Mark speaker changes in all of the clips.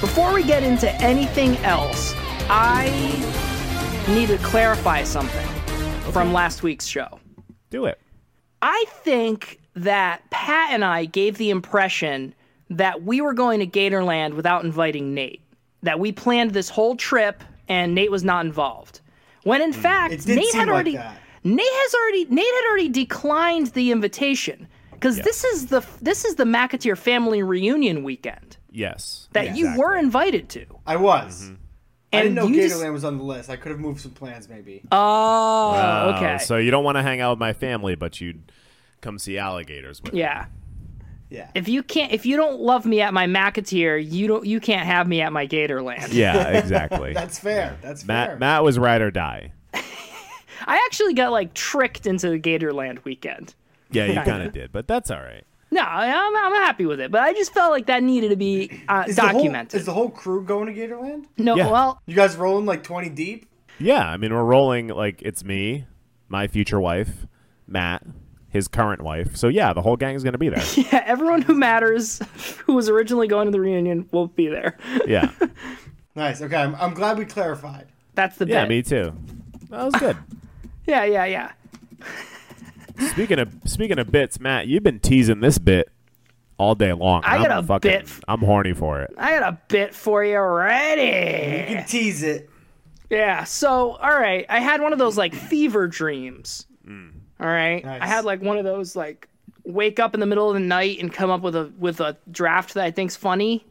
Speaker 1: Before we get into anything else, I need to clarify something from last week's show.
Speaker 2: Do it.
Speaker 1: I think that Pat and I gave the impression that we were going to Gatorland without inviting Nate, that we planned this whole trip and Nate was not involved. When in fact,
Speaker 3: Mm. It did
Speaker 1: Nate
Speaker 3: seem
Speaker 1: had
Speaker 3: like
Speaker 1: already
Speaker 3: that.
Speaker 1: Nate has already Nate had already declined the invitation cuz this is the this is the McAteer family reunion weekend
Speaker 2: Yes.
Speaker 1: that you were invited to.
Speaker 3: I was.
Speaker 2: Mm-hmm.
Speaker 3: I didn't know
Speaker 1: you just-
Speaker 3: Gatorland was on the list. I could have moved some plans, maybe.
Speaker 1: Oh,
Speaker 2: Oh,
Speaker 1: okay.
Speaker 2: So you don't want to hang out with my family, but you'd come see alligators with
Speaker 1: yeah.
Speaker 3: yeah.
Speaker 1: If you can't if you don't love me at my McAteer, you don't you can't have me at my Gatorland.
Speaker 2: me. Yeah, exactly.
Speaker 3: That's fair. That's fair.
Speaker 2: Matt Matt was ride or die.
Speaker 1: I actually got like tricked into the Gatorland weekend.
Speaker 2: Yeah, you kind of did, but that's all right.
Speaker 1: No, I- I'm, I'm happy with it, but I just felt like that needed to be uh,
Speaker 3: Is the whole-
Speaker 1: documented.
Speaker 3: is the whole crew going to Gatorland?
Speaker 1: no,
Speaker 2: Yeah.
Speaker 1: well,
Speaker 3: You guys rolling like 20 deep?
Speaker 2: Yeah, I mean we're rolling like it's me, my future wife, Matt, his current wife. So yeah, the whole gang is going to be there.
Speaker 1: yeah, everyone who matters, who was originally going to the reunion, will be there.
Speaker 2: yeah.
Speaker 3: Nice. Okay. I'm, I'm glad we clarified.
Speaker 1: That's the
Speaker 2: Yeah,
Speaker 1: bit.
Speaker 2: me too. That was good.
Speaker 1: yeah, yeah, yeah.
Speaker 2: Speaking of speaking of bits, Matt, you've been teasing this bit all day long.
Speaker 1: I
Speaker 2: am
Speaker 1: got a
Speaker 2: fucking,
Speaker 1: bit f-
Speaker 2: I'm horny for it.
Speaker 1: I got a bit for you already.
Speaker 3: You can tease it.
Speaker 1: Yeah. So, all right, I had one of those like fever dreams. All right,
Speaker 3: Nice.
Speaker 1: I had like one of those like wake up in the middle of the night and come up with a with a draft that I think's funny.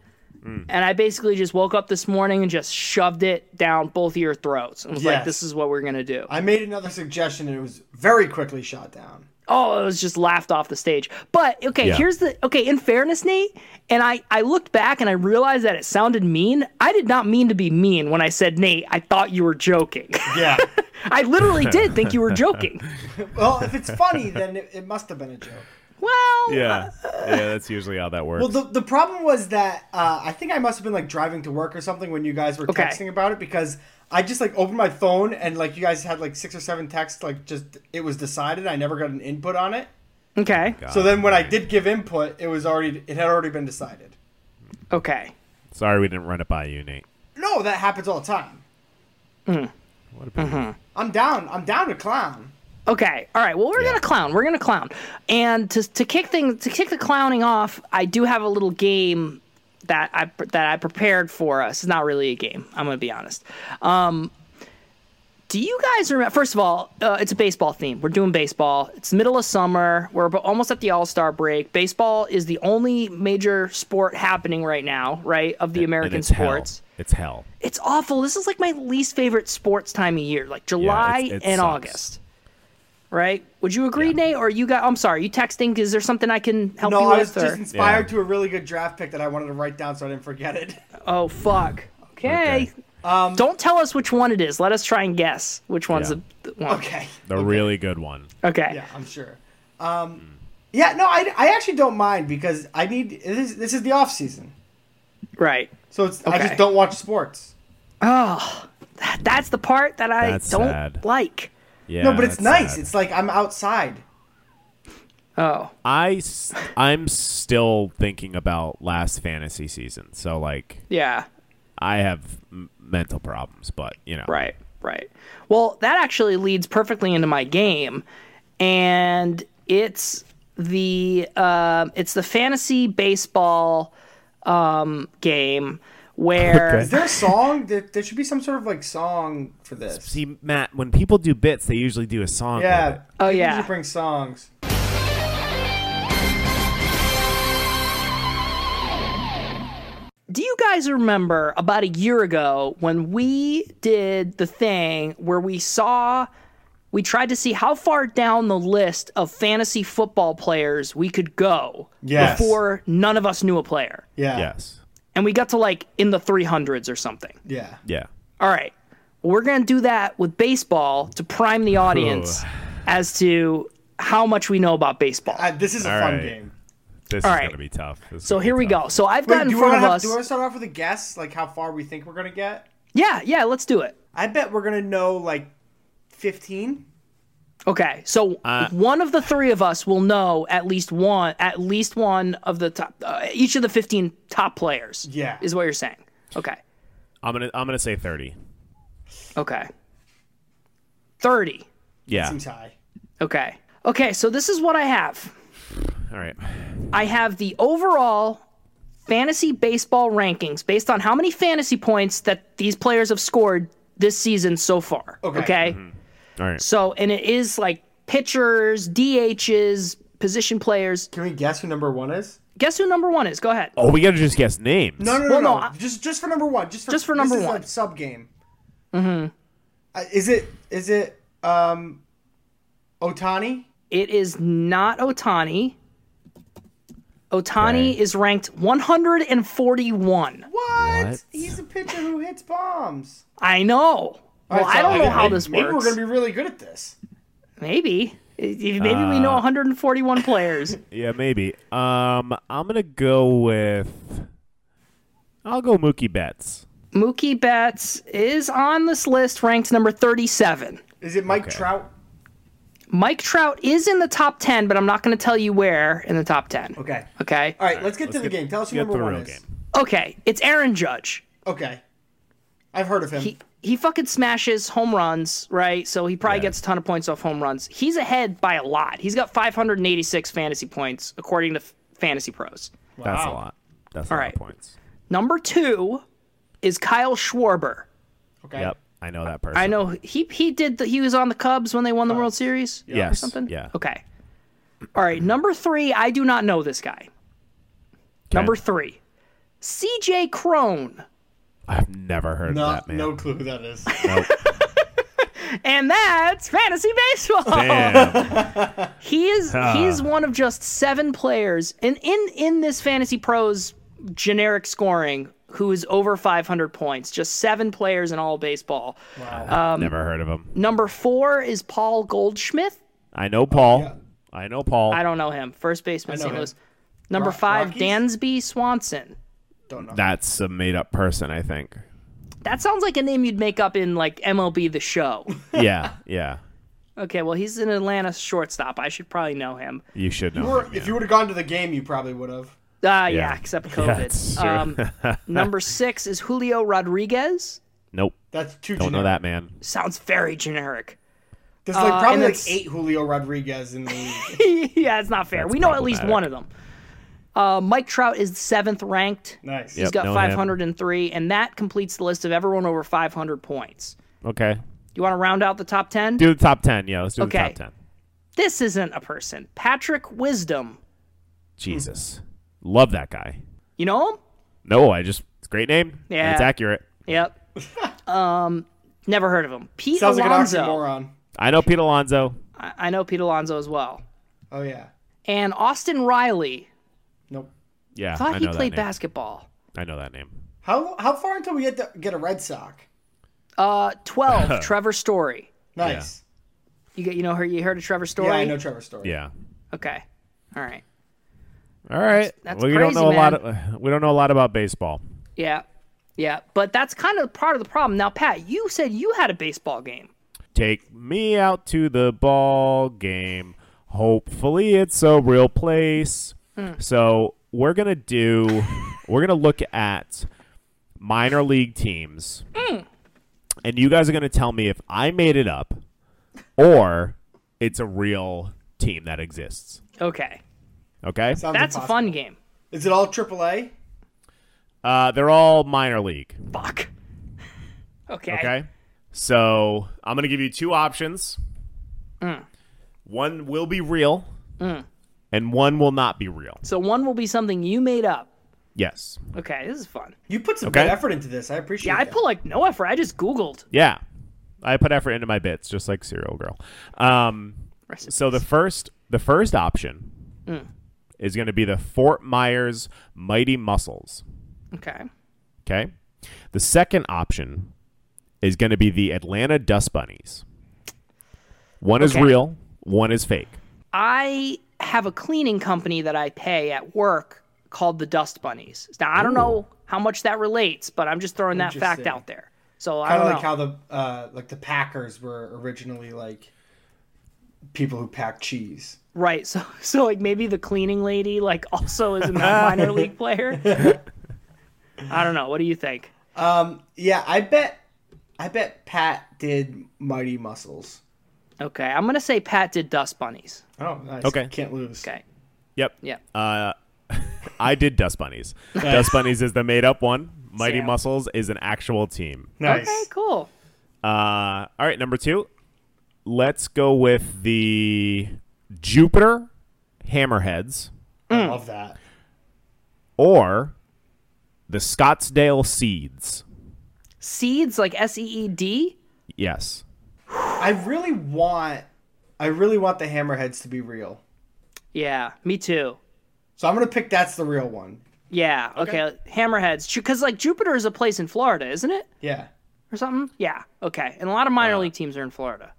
Speaker 1: And I basically just woke up this morning and just shoved it down both of your throats and was like,
Speaker 3: Yes.
Speaker 1: "This is what we're gonna do."
Speaker 3: I made another suggestion and it was very quickly shot down.
Speaker 1: oh, it was just laughed off the stage. But okay,
Speaker 2: Yeah.
Speaker 1: here's the okay. In fairness, Nate, and I I looked back and I realized that it sounded mean. I did not mean to be mean when I said Nate. I thought you were joking.
Speaker 3: Yeah.
Speaker 1: I literally did think you were joking.
Speaker 3: well, if it's funny, then it, it must have been a joke.
Speaker 1: Well,
Speaker 2: Yeah. yeah, that's usually how that works.
Speaker 3: Well, the, the problem was that uh, I think I must have been like driving to work or something when you guys were
Speaker 1: Okay.
Speaker 3: texting about it because I just like opened my phone and like you guys had like six or seven texts like just it was decided. I never got an input on it.
Speaker 1: okay,
Speaker 3: So then when I did give input, it was already it had already been decided.
Speaker 1: okay.
Speaker 2: Sorry we didn't run it by you, Nate.
Speaker 3: No, that happens all the time.
Speaker 1: Mm-hmm.
Speaker 3: I'm down. I'm down to clown.
Speaker 1: Okay. All right. Well, we're gonna clown. We're gonna clown. And to, to kick things to kick the clowning off, I do have a little game that I pre- that I prepared for us. It's not really a game. I'm gonna be honest. Um, do you guys remember? First of all, uh, it's a baseball theme. We're doing baseball. It's middle of summer. We're abo- almost at the All Star break. Baseball is the only major sport happening right now, right? Of the
Speaker 2: And
Speaker 1: American
Speaker 2: it's
Speaker 1: sports.
Speaker 2: Hell. It's hell.
Speaker 1: It's awful. This is like my least favorite sports time of year, like July
Speaker 2: it
Speaker 1: and
Speaker 2: sucks.
Speaker 1: August. Right? Would you agree, Nate? Or you got? I'm sorry. You texting? Is there something I can help you
Speaker 3: No,
Speaker 1: with?
Speaker 3: I was
Speaker 1: or-
Speaker 3: just inspired
Speaker 2: Yeah.
Speaker 3: to a really good draft pick that I wanted to write down so I didn't forget it.
Speaker 1: oh fuck. Okay.
Speaker 2: Okay.
Speaker 3: Um,
Speaker 1: Don't tell us which one it is. Let us try and guess which one's
Speaker 2: Yeah.
Speaker 1: the the one.
Speaker 3: Okay.
Speaker 2: The really good one.
Speaker 1: Okay.
Speaker 3: Yeah, I'm sure. Um, yeah, no, I, I actually don't mind because I need this. This is the off season,
Speaker 1: Right.
Speaker 3: so it's I
Speaker 1: Okay.
Speaker 3: just don't watch sports.
Speaker 1: Oh, that, that's the part that I
Speaker 2: That's
Speaker 1: don't
Speaker 2: sad.
Speaker 1: like.
Speaker 2: Yeah.
Speaker 3: no, but it's
Speaker 2: that's
Speaker 3: nice.
Speaker 2: sad.
Speaker 3: It's like I'm outside.
Speaker 1: Oh.
Speaker 2: I s- I'm still thinking about last fantasy season. So like
Speaker 1: Yeah.
Speaker 2: I have m- mental problems, but you know.
Speaker 1: Right, right. Well, that actually leads perfectly into my game, and it's the um it's the fantasy baseball um, game where
Speaker 3: Is there a song? there, there should be some sort of like song for this.
Speaker 2: See, Matt, when people do bits, they usually do a song. with
Speaker 3: Yeah.
Speaker 2: it.
Speaker 1: Oh,
Speaker 3: people
Speaker 1: yeah.
Speaker 3: should bring songs.
Speaker 1: do you guys remember about a year ago when we did the thing where we saw we tried to see how far down the list of fantasy football players we could go
Speaker 3: Yes.
Speaker 1: before none of us knew a player.
Speaker 3: Yeah.
Speaker 2: Yes.
Speaker 1: And we got to like in the 300s or something.
Speaker 3: Yeah.
Speaker 2: Yeah.
Speaker 1: All right. We're going to do that with baseball to prime the audience as to how much we know about baseball.
Speaker 3: I, Uh, this is a
Speaker 2: All
Speaker 3: fun
Speaker 2: right.
Speaker 3: game.
Speaker 2: This
Speaker 1: All
Speaker 2: is
Speaker 1: right.
Speaker 2: gonna be tough. This is
Speaker 1: so
Speaker 2: gonna
Speaker 1: here
Speaker 2: be
Speaker 1: we
Speaker 2: tough.
Speaker 1: go. So I've
Speaker 3: Wait,
Speaker 1: got in
Speaker 3: do you want
Speaker 1: front of
Speaker 3: to have,
Speaker 1: us.
Speaker 3: do you want to start off with a guess, like how far we think we're gonna get?
Speaker 1: Yeah, yeah, let's do it.
Speaker 3: I bet we're gonna know like fifteen.
Speaker 1: Okay. So
Speaker 2: Uh,
Speaker 1: one of the three of us will know at least one at least one of the top uh, each of the 15 top players.
Speaker 3: Yeah.
Speaker 1: Is what you're saying. Okay.
Speaker 2: I'm gonna I'm gonna say thirty.
Speaker 1: Okay. 30.
Speaker 2: Yeah.
Speaker 3: Seems high.
Speaker 1: Okay. Okay, so this is what I have.
Speaker 2: All right.
Speaker 1: I have the overall fantasy baseball rankings based on how many fantasy points that these players have scored this season so far.
Speaker 3: Okay.
Speaker 2: Mm-hmm. All right.
Speaker 1: So, and it is like pitchers, DHs, position players.
Speaker 3: Can we guess who number one is?
Speaker 1: Guess who number one is? Go ahead.
Speaker 2: Oh, we gotta just guess names.
Speaker 3: No, no, no,
Speaker 1: Well,
Speaker 3: no.
Speaker 1: no, I-
Speaker 3: just just for number one. Just for,
Speaker 1: Just for number
Speaker 3: this is
Speaker 1: one.
Speaker 3: A sub game. Mm-hmm. Uh, is it is it um, Otani?
Speaker 1: It is not Otani. Otani
Speaker 2: Okay.
Speaker 1: is ranked 141.
Speaker 3: What?
Speaker 2: What?
Speaker 3: He's a pitcher who hits bombs.
Speaker 1: I know. Well,
Speaker 3: Alright,
Speaker 1: I
Speaker 3: so
Speaker 1: don't know
Speaker 3: think
Speaker 1: how this
Speaker 3: maybe
Speaker 1: works.
Speaker 3: Maybe we're gonna be really good at this.
Speaker 1: Maybe. Maybe we know
Speaker 2: Uh,
Speaker 1: 141 players.
Speaker 2: Yeah, maybe. Um, I'm gonna go with. I'll go Mookie Betts.
Speaker 1: Mookie Betts is on this list, ranked number 37.
Speaker 3: Is it Mike Trout?
Speaker 1: Mike Trout is in the top 10, but I'm not going to tell you where in the top 10.
Speaker 3: Okay.
Speaker 1: Okay.
Speaker 3: All right, let's get to the
Speaker 2: Let's get-
Speaker 3: game. Tell us who
Speaker 2: get
Speaker 3: number
Speaker 2: the
Speaker 3: one
Speaker 2: real
Speaker 3: is.
Speaker 2: game.
Speaker 1: Okay. It's Aaron Judge.
Speaker 3: Okay. I've heard of him.
Speaker 1: He, he fucking smashes home runs, right? So he probably
Speaker 2: Yeah.
Speaker 1: gets a ton of points off home runs. He's ahead by a lot. He's got 586 fantasy points, according to F- Fantasy Pros.
Speaker 2: That's a
Speaker 3: Wow.
Speaker 2: lot. That's a
Speaker 1: All
Speaker 2: lot
Speaker 1: right.
Speaker 2: of points.
Speaker 1: Number two is Kyle Schwarber.
Speaker 3: okay.
Speaker 2: Yep, I know that person.
Speaker 1: I know he he did the, he was on the Cubs when they won the World Series or
Speaker 2: Uh, Yes,
Speaker 1: something.
Speaker 2: yeah.
Speaker 1: Okay. All right, number 3, I do not know this guy. Number 3. CJ Crone.
Speaker 2: I've never heard
Speaker 3: No,
Speaker 2: of that man.
Speaker 3: no clue who that is.
Speaker 2: Nope.
Speaker 1: And that's fantasy baseball.
Speaker 2: Damn.
Speaker 1: He is he is
Speaker 2: Ah.
Speaker 1: one of just 7 players and in in this Fantasy Pros generic scoring who is over 500 points. Just 7 players in all baseball.
Speaker 2: never heard of him.
Speaker 1: Number 4 is Paul Goldschmidt.
Speaker 2: I know Paul. I know Paul.
Speaker 1: I don't know him. First baseman,
Speaker 3: know
Speaker 1: St.
Speaker 3: him.
Speaker 1: Louis. Number
Speaker 3: Rock-
Speaker 1: five,
Speaker 3: Rockies?
Speaker 1: Dansby Swanson.
Speaker 3: Don't know.
Speaker 2: That's a made-up person, I think.
Speaker 1: That sounds like a name you'd make up in like MLB The Show.
Speaker 2: Yeah, yeah.
Speaker 1: okay, well he's an Atlanta shortstop. I should probably know him.
Speaker 2: You should know.
Speaker 3: Or
Speaker 2: him, yeah.
Speaker 3: if you would have gone to the game, you probably would have.
Speaker 1: Ah, yeah.
Speaker 2: Yeah.
Speaker 1: except
Speaker 2: that's
Speaker 1: COVID.
Speaker 2: true.
Speaker 1: um, number six is Julio Rodriguez.
Speaker 2: nope.
Speaker 3: That's too.
Speaker 2: Don't know
Speaker 3: generic.
Speaker 2: that man.
Speaker 1: Sounds very generic.
Speaker 3: There's like
Speaker 1: Uh, and
Speaker 3: probably like
Speaker 1: that's-
Speaker 3: eight Julio Rodriguez in the league.
Speaker 1: yeah, it's not fair.
Speaker 2: That's
Speaker 1: we know at least
Speaker 2: problematic.
Speaker 1: one of them. Uh, Mike Trout is seventh ranked.
Speaker 3: nice.
Speaker 1: He's
Speaker 2: Yep,
Speaker 1: got
Speaker 2: know him.
Speaker 1: 503, and that completes the list of everyone over 500 points.
Speaker 2: Okay.
Speaker 1: You want to round out the top 10?
Speaker 2: Do the top ten. Yeah, let's do
Speaker 1: Okay.
Speaker 2: the top ten.
Speaker 1: This isn't a person. Patrick Wisdom.
Speaker 3: Hmm.
Speaker 2: Jesus, love that guy.
Speaker 1: You know him?
Speaker 2: No, I just it's a great name. and
Speaker 1: Yeah.
Speaker 2: it's accurate.
Speaker 1: Yep. um, never heard of him. Pete
Speaker 3: Sounds like an
Speaker 1: Alonso.
Speaker 3: oxymoron.
Speaker 2: I know Pete Alonso.
Speaker 1: I, I know Pete Alonso as well.
Speaker 3: Oh yeah.
Speaker 1: And Austin Riley.
Speaker 3: Nope.
Speaker 2: Yeah,
Speaker 1: Thought
Speaker 2: I
Speaker 1: he
Speaker 2: know that
Speaker 1: played
Speaker 2: name.
Speaker 1: basketball.
Speaker 2: I know that name.
Speaker 3: How how far until we get to get a Red Sox?
Speaker 1: Uh, twelve. Trevor Story.
Speaker 3: Nice.
Speaker 1: You get you know her. You heard of Trevor Story?
Speaker 3: Yeah, I know Trevor Story.
Speaker 2: Yeah.
Speaker 1: Okay. All right.
Speaker 2: All right.
Speaker 1: that's
Speaker 2: well, we
Speaker 1: crazy,
Speaker 2: don't know a lot.
Speaker 1: man.
Speaker 2: Of, we don't know a lot about baseball.
Speaker 1: Yeah. Yeah. But that's kind of part of the problem. Now, Pat, you said you had a baseball game.
Speaker 2: Take me out to the ball game. Hopefully, it's a real place.
Speaker 1: Hmm.
Speaker 2: So we're gonna do. we're gonna look at minor league teams,
Speaker 1: Hmm.
Speaker 2: and you guys are gonna tell me if I made it up or it's a real team that exists.
Speaker 1: Okay.
Speaker 2: Okay.
Speaker 3: Sounds
Speaker 1: That's a
Speaker 3: impossible.
Speaker 1: fun game.
Speaker 3: Is it all AAA?
Speaker 2: Uh, they're all minor league.
Speaker 1: Fuck. Okay.
Speaker 2: Okay. So I'm going to give you two options. One will be real, and one will not be real.
Speaker 1: So one will be something you made up.
Speaker 2: Yes.
Speaker 1: Okay, this is fun.
Speaker 3: You put some
Speaker 2: Okay.
Speaker 3: good effort into this. I appreciate.
Speaker 1: Yeah, I
Speaker 3: that.
Speaker 1: put like no effort. I just Googled.
Speaker 2: Yeah. I put effort into my bits, just like Serial Girl. Um,
Speaker 1: Rest in
Speaker 2: so the
Speaker 1: peace.
Speaker 2: first the first option is going to be the Fort Myers Mighty Muscles.
Speaker 1: okay.
Speaker 2: Okay. The second option is going to be the Atlanta Dust Bunnies. One is
Speaker 1: Okay.
Speaker 2: real, one is fake.
Speaker 1: I have a cleaning company that I pay at work called the Dust Bunnies. Now I don't know how much that relates, but I'm just throwing that fact
Speaker 3: Interesting.
Speaker 1: out there. So I
Speaker 3: Kind
Speaker 1: don't
Speaker 3: of like
Speaker 1: know.
Speaker 3: how the uh, like the Packers were originally like people who pack cheese.
Speaker 1: right. So so like maybe the cleaning lady like also is a minor league player. I don't know. What do you think?
Speaker 3: Um, yeah, I bet, I bet Pat did Mighty Muscles.
Speaker 1: Okay, I'm gonna say Pat did Dust Bunnies.
Speaker 3: Oh, nice.
Speaker 2: Okay.
Speaker 3: can't lose.
Speaker 1: Okay.
Speaker 2: Yep.
Speaker 1: Yeah.
Speaker 2: Uh, I did Dust Bunnies. Dust Bunnies is the made up one. Mighty
Speaker 1: Sam.
Speaker 2: Muscles is an actual team.
Speaker 3: nice.
Speaker 1: Okay. Cool.
Speaker 2: Uh, all right, number two. Let's go with the Jupiter Hammerheads
Speaker 1: Mm.
Speaker 3: I love that.
Speaker 2: or the Scottsdale Seeds.
Speaker 1: Seeds like S E E D.
Speaker 2: Yes.
Speaker 3: I really want, I really want the Hammerheads to be real.
Speaker 1: Yeah. Me too.
Speaker 3: So I'm gonna pick that's the real one.
Speaker 1: Yeah. Okay. Hammerheads. Because like Jupiter is a place in Florida, isn't it?
Speaker 3: Yeah.
Speaker 1: or something? Yeah. Okay. And a lot of minor league teams are in Florida.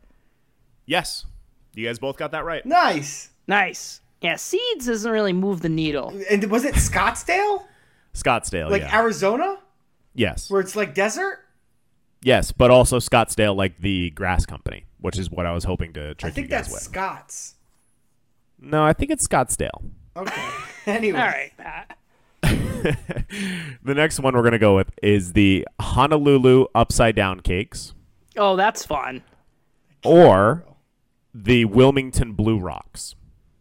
Speaker 2: Yes. You guys both got that right.
Speaker 3: Nice.
Speaker 1: Nice. Yeah, seeds doesn't really move the needle.
Speaker 3: And was it Scottsdale?
Speaker 2: Scottsdale.
Speaker 3: Like
Speaker 2: yeah.
Speaker 3: Arizona,
Speaker 2: yes.
Speaker 3: where it's like desert?
Speaker 2: Yes, but also Scottsdale, like the grass company, which is what I was hoping to
Speaker 3: I
Speaker 2: trick you
Speaker 3: think
Speaker 2: guys
Speaker 3: that's
Speaker 2: with.
Speaker 3: Scots.
Speaker 2: No, I think it's Scottsdale.
Speaker 3: Okay. anyway.
Speaker 1: All right. Pat.
Speaker 2: The next one we're gonna go with is the Honolulu upside down cakes,
Speaker 1: Oh, that's fun.
Speaker 2: or the Wilmington Blue Rocks.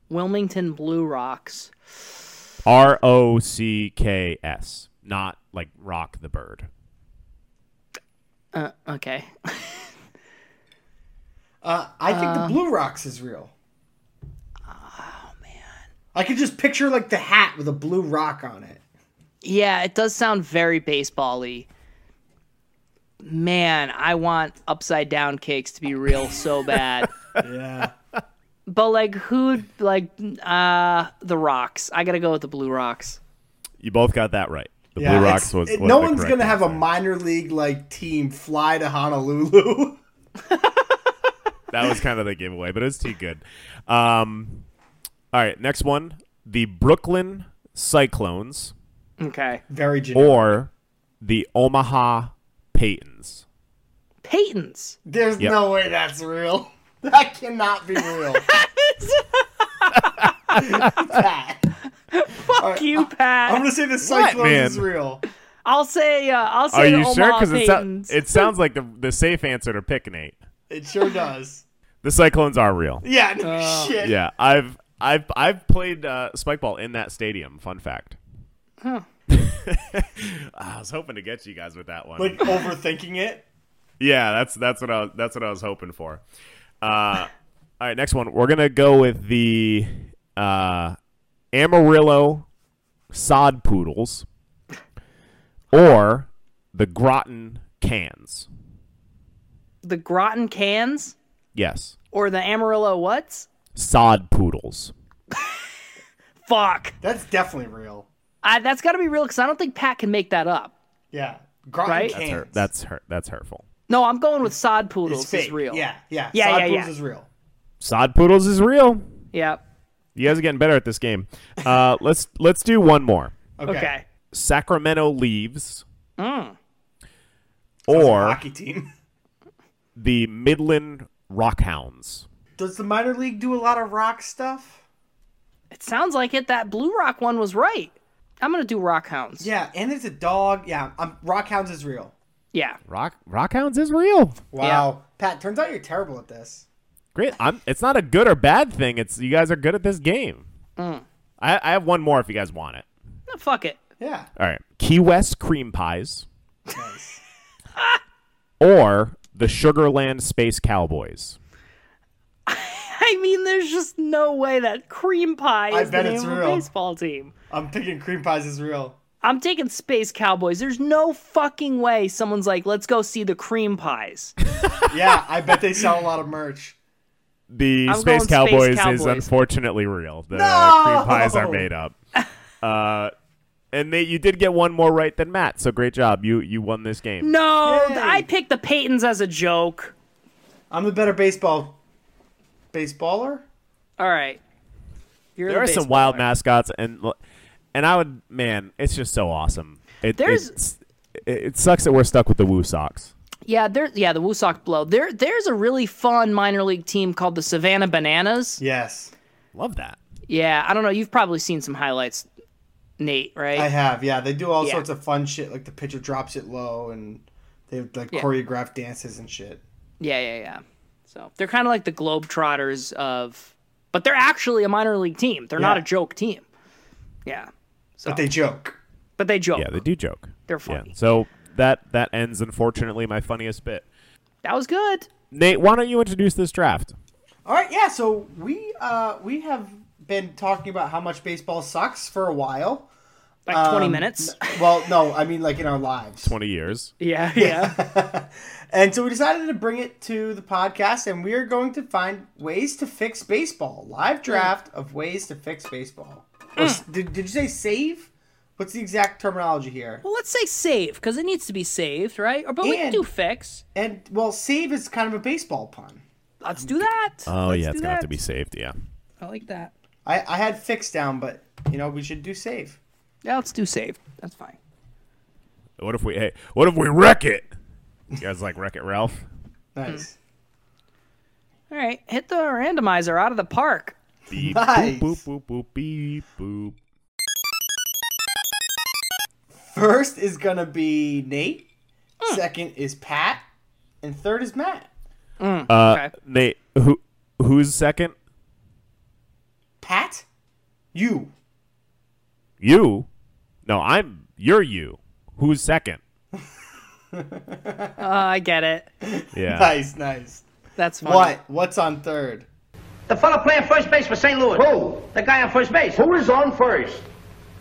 Speaker 1: Wilmington Blue Rocks.
Speaker 2: R O C K S, not like rock the bird.
Speaker 1: Uh, okay.
Speaker 3: Uh, I think the Blue Rocks is real. Oh man.
Speaker 1: oh,
Speaker 3: I could just picture like the hat with a blue rock on it.
Speaker 1: yeah, it does sound very baseball-y. Man, I want upside down cakes to be real so bad.
Speaker 3: Yeah.
Speaker 1: but like who like uh the rocks. I gotta go with the blue rocks.
Speaker 2: You both got that right. The Blue Rocks
Speaker 3: it's-
Speaker 2: was,
Speaker 3: it-
Speaker 2: was
Speaker 3: no
Speaker 2: the
Speaker 3: one's
Speaker 2: correct
Speaker 3: gonna have a
Speaker 2: answer.
Speaker 3: minor league like team fly to Honolulu.
Speaker 2: That was kind of the giveaway, but it was too good. Um, all right, next one: the Brooklyn Cyclones
Speaker 1: Okay.
Speaker 3: Very generic.
Speaker 2: or the Omaha Paytons.
Speaker 1: Peyton's.
Speaker 3: There's
Speaker 2: Yep.
Speaker 3: no way that's real. That cannot be real. That.
Speaker 1: Fuck you, Pat.
Speaker 3: I'm gonna say the Cyclones
Speaker 2: man?
Speaker 3: is real.
Speaker 1: I'll say uh, I'll say
Speaker 2: Are
Speaker 1: the
Speaker 2: you sure?
Speaker 1: Omaha
Speaker 2: Because it, so-
Speaker 1: Paytons.
Speaker 2: it sounds like the, the safe answer to pick Nate.
Speaker 3: It sure does.
Speaker 2: The Cyclones are real.
Speaker 3: Yeah. No shit.
Speaker 2: Yeah, I've I've I've played uh, spikeball in that stadium. Fun fact. I was hoping to get you guys with that one.
Speaker 3: Like overthinking it.
Speaker 2: yeah, that's that's what I was, that's what I was hoping for. Uh, all right, next one. We're gonna go with the uh, Amarillo sod poodles or the Groton cans.
Speaker 1: the Groton cans
Speaker 2: Yes,
Speaker 1: or the Amarillo what's?
Speaker 2: sod poodles.
Speaker 1: Fuck.
Speaker 3: That's definitely real.
Speaker 1: I, that's got to be real because I don't think Pat can make that up.
Speaker 3: Yeah. Groton
Speaker 1: Right?
Speaker 3: cans.
Speaker 1: That's
Speaker 2: That's, hurt, that's hurt. That's hurtful.
Speaker 1: No, I'm going with sod
Speaker 3: It's
Speaker 1: poodles.
Speaker 3: fake.
Speaker 1: is real.
Speaker 3: Yeah. Yeah.
Speaker 1: Yeah,
Speaker 3: Sod
Speaker 1: yeah,
Speaker 3: Poodles
Speaker 1: yeah.
Speaker 3: is real.
Speaker 2: Sod poodles is real.
Speaker 1: Yeah.
Speaker 2: You guys are getting better at this game. Uh, let's let's do one more.
Speaker 3: Okay.
Speaker 1: Okay.
Speaker 2: Sacramento leaves
Speaker 1: Mm.
Speaker 2: or
Speaker 3: Hockey team.
Speaker 2: the Midland Rockhounds.
Speaker 3: Does the minor league do a lot of rock stuff?
Speaker 1: It sounds like it. That Blue Rock one was right. I'm gonna do Rock Hounds.
Speaker 3: Yeah, and there's a dog. Yeah, I'm, Rockhounds is real.
Speaker 1: Yeah.
Speaker 2: Rock Rockhounds is real.
Speaker 3: Wow. Pat, turns out you're terrible at this.
Speaker 2: Great. I'm, it's not a good or bad thing. It's you guys are good at this game. Mm. I, I have one more if you guys want it.
Speaker 1: No, fuck it.
Speaker 3: Yeah.
Speaker 2: All right. Key West cream pies
Speaker 3: Nice.
Speaker 2: or the Sugarland Space Cowboys.
Speaker 1: I mean, there's just no way that cream pie is
Speaker 3: I bet
Speaker 1: the name
Speaker 3: it's
Speaker 1: of a
Speaker 3: real.
Speaker 1: baseball team.
Speaker 3: I'm picking cream pies is real.
Speaker 1: I'm taking Space Cowboys. There's no fucking way someone's like, let's go see the cream pies.
Speaker 3: Yeah, I bet they sell a lot of merch.
Speaker 2: The
Speaker 1: I'm going
Speaker 2: Space
Speaker 1: Space
Speaker 2: Cowboys, is
Speaker 1: Cowboys.
Speaker 2: unfortunately real. The
Speaker 3: No!
Speaker 2: cream pies are made up. Uh, and they, you did get one more right than Matt, so great job. You you won this game.
Speaker 1: No,
Speaker 3: Yay.
Speaker 1: I picked the Paytons as a joke.
Speaker 3: I'm the better baseball baseballer.
Speaker 1: All right. You're
Speaker 2: there
Speaker 1: the
Speaker 2: are some
Speaker 1: baseballer.
Speaker 2: wild mascots, and l- and I would man, it's just so awesome. It,
Speaker 1: There's-
Speaker 2: it's, it, it sucks that we're stuck with the Woo Sox.
Speaker 1: Yeah, there. Yeah, the Woosock blow. There, there's a really fun minor league team called the Savannah Bananas.
Speaker 3: Yes,
Speaker 2: Love that.
Speaker 1: Yeah, I don't know. You've probably seen some highlights, Nate. Right?
Speaker 3: I have. Yeah, they do all
Speaker 1: Yeah.
Speaker 3: sorts of fun shit. Like the pitcher drops it low, and they have, like
Speaker 1: Yeah.
Speaker 3: choreographed dances and shit.
Speaker 1: yeah, yeah, yeah. So they're kind of like the Globetrotters of, but they're actually a minor league team. They're not
Speaker 3: Yeah.
Speaker 1: a joke team. Yeah. So
Speaker 3: But they joke.
Speaker 1: but they joke.
Speaker 2: Yeah, they do joke.
Speaker 1: They're
Speaker 2: Yeah.
Speaker 1: funny.
Speaker 2: So that that ends unfortunately my funniest bit.
Speaker 1: That was good.
Speaker 2: Nate, why don't you introduce this draft?
Speaker 3: All right, yeah. So we uh, we have been talking about how much baseball sucks for a while. Um,
Speaker 1: Like 20
Speaker 2: Um,
Speaker 1: minutes.
Speaker 3: Well, no, I mean like in our lives.
Speaker 2: Twenty years.
Speaker 1: Yeah, yeah.
Speaker 3: And so we decided to bring it to the podcast, and we are going to find ways to fix baseball. Live draft of ways to fix baseball. Or s- did, did you say save? What's the exact terminology here?
Speaker 1: Well, let's say save because it needs to be saved, right? Or but we can
Speaker 3: And-
Speaker 1: do fix.
Speaker 3: And well, save is kind of a baseball pun.
Speaker 1: Let's do that.
Speaker 2: Oh yeah, it's
Speaker 1: do
Speaker 2: gonna have to
Speaker 1: that.
Speaker 2: be saved. Yeah.
Speaker 1: I like that.
Speaker 3: I, I had fix down, but you know we should do save.
Speaker 1: Yeah, let's do save. That's fine.
Speaker 2: What if we? Hey, what if we wreck it? You guys like Wreck It Ralph?
Speaker 3: Nice,
Speaker 1: All right, hit the randomizer out of the park.
Speaker 2: Beep,
Speaker 3: Nice.
Speaker 2: boop, boop, boop, beep, boop.
Speaker 3: First is gonna be Nate. Second is Pat, and third is Matt.
Speaker 2: Uh,
Speaker 1: Okay.
Speaker 2: Nate, who who's second?
Speaker 3: Pat, you.
Speaker 2: You? No, I'm. You're you. Who's second?
Speaker 1: Uh, I get it.
Speaker 2: Yeah.
Speaker 3: Nice, nice.
Speaker 1: That's funny.
Speaker 3: What? What's on third?
Speaker 4: The fellow playing first base for St. Louis. Who? The guy on first base. Who is on first?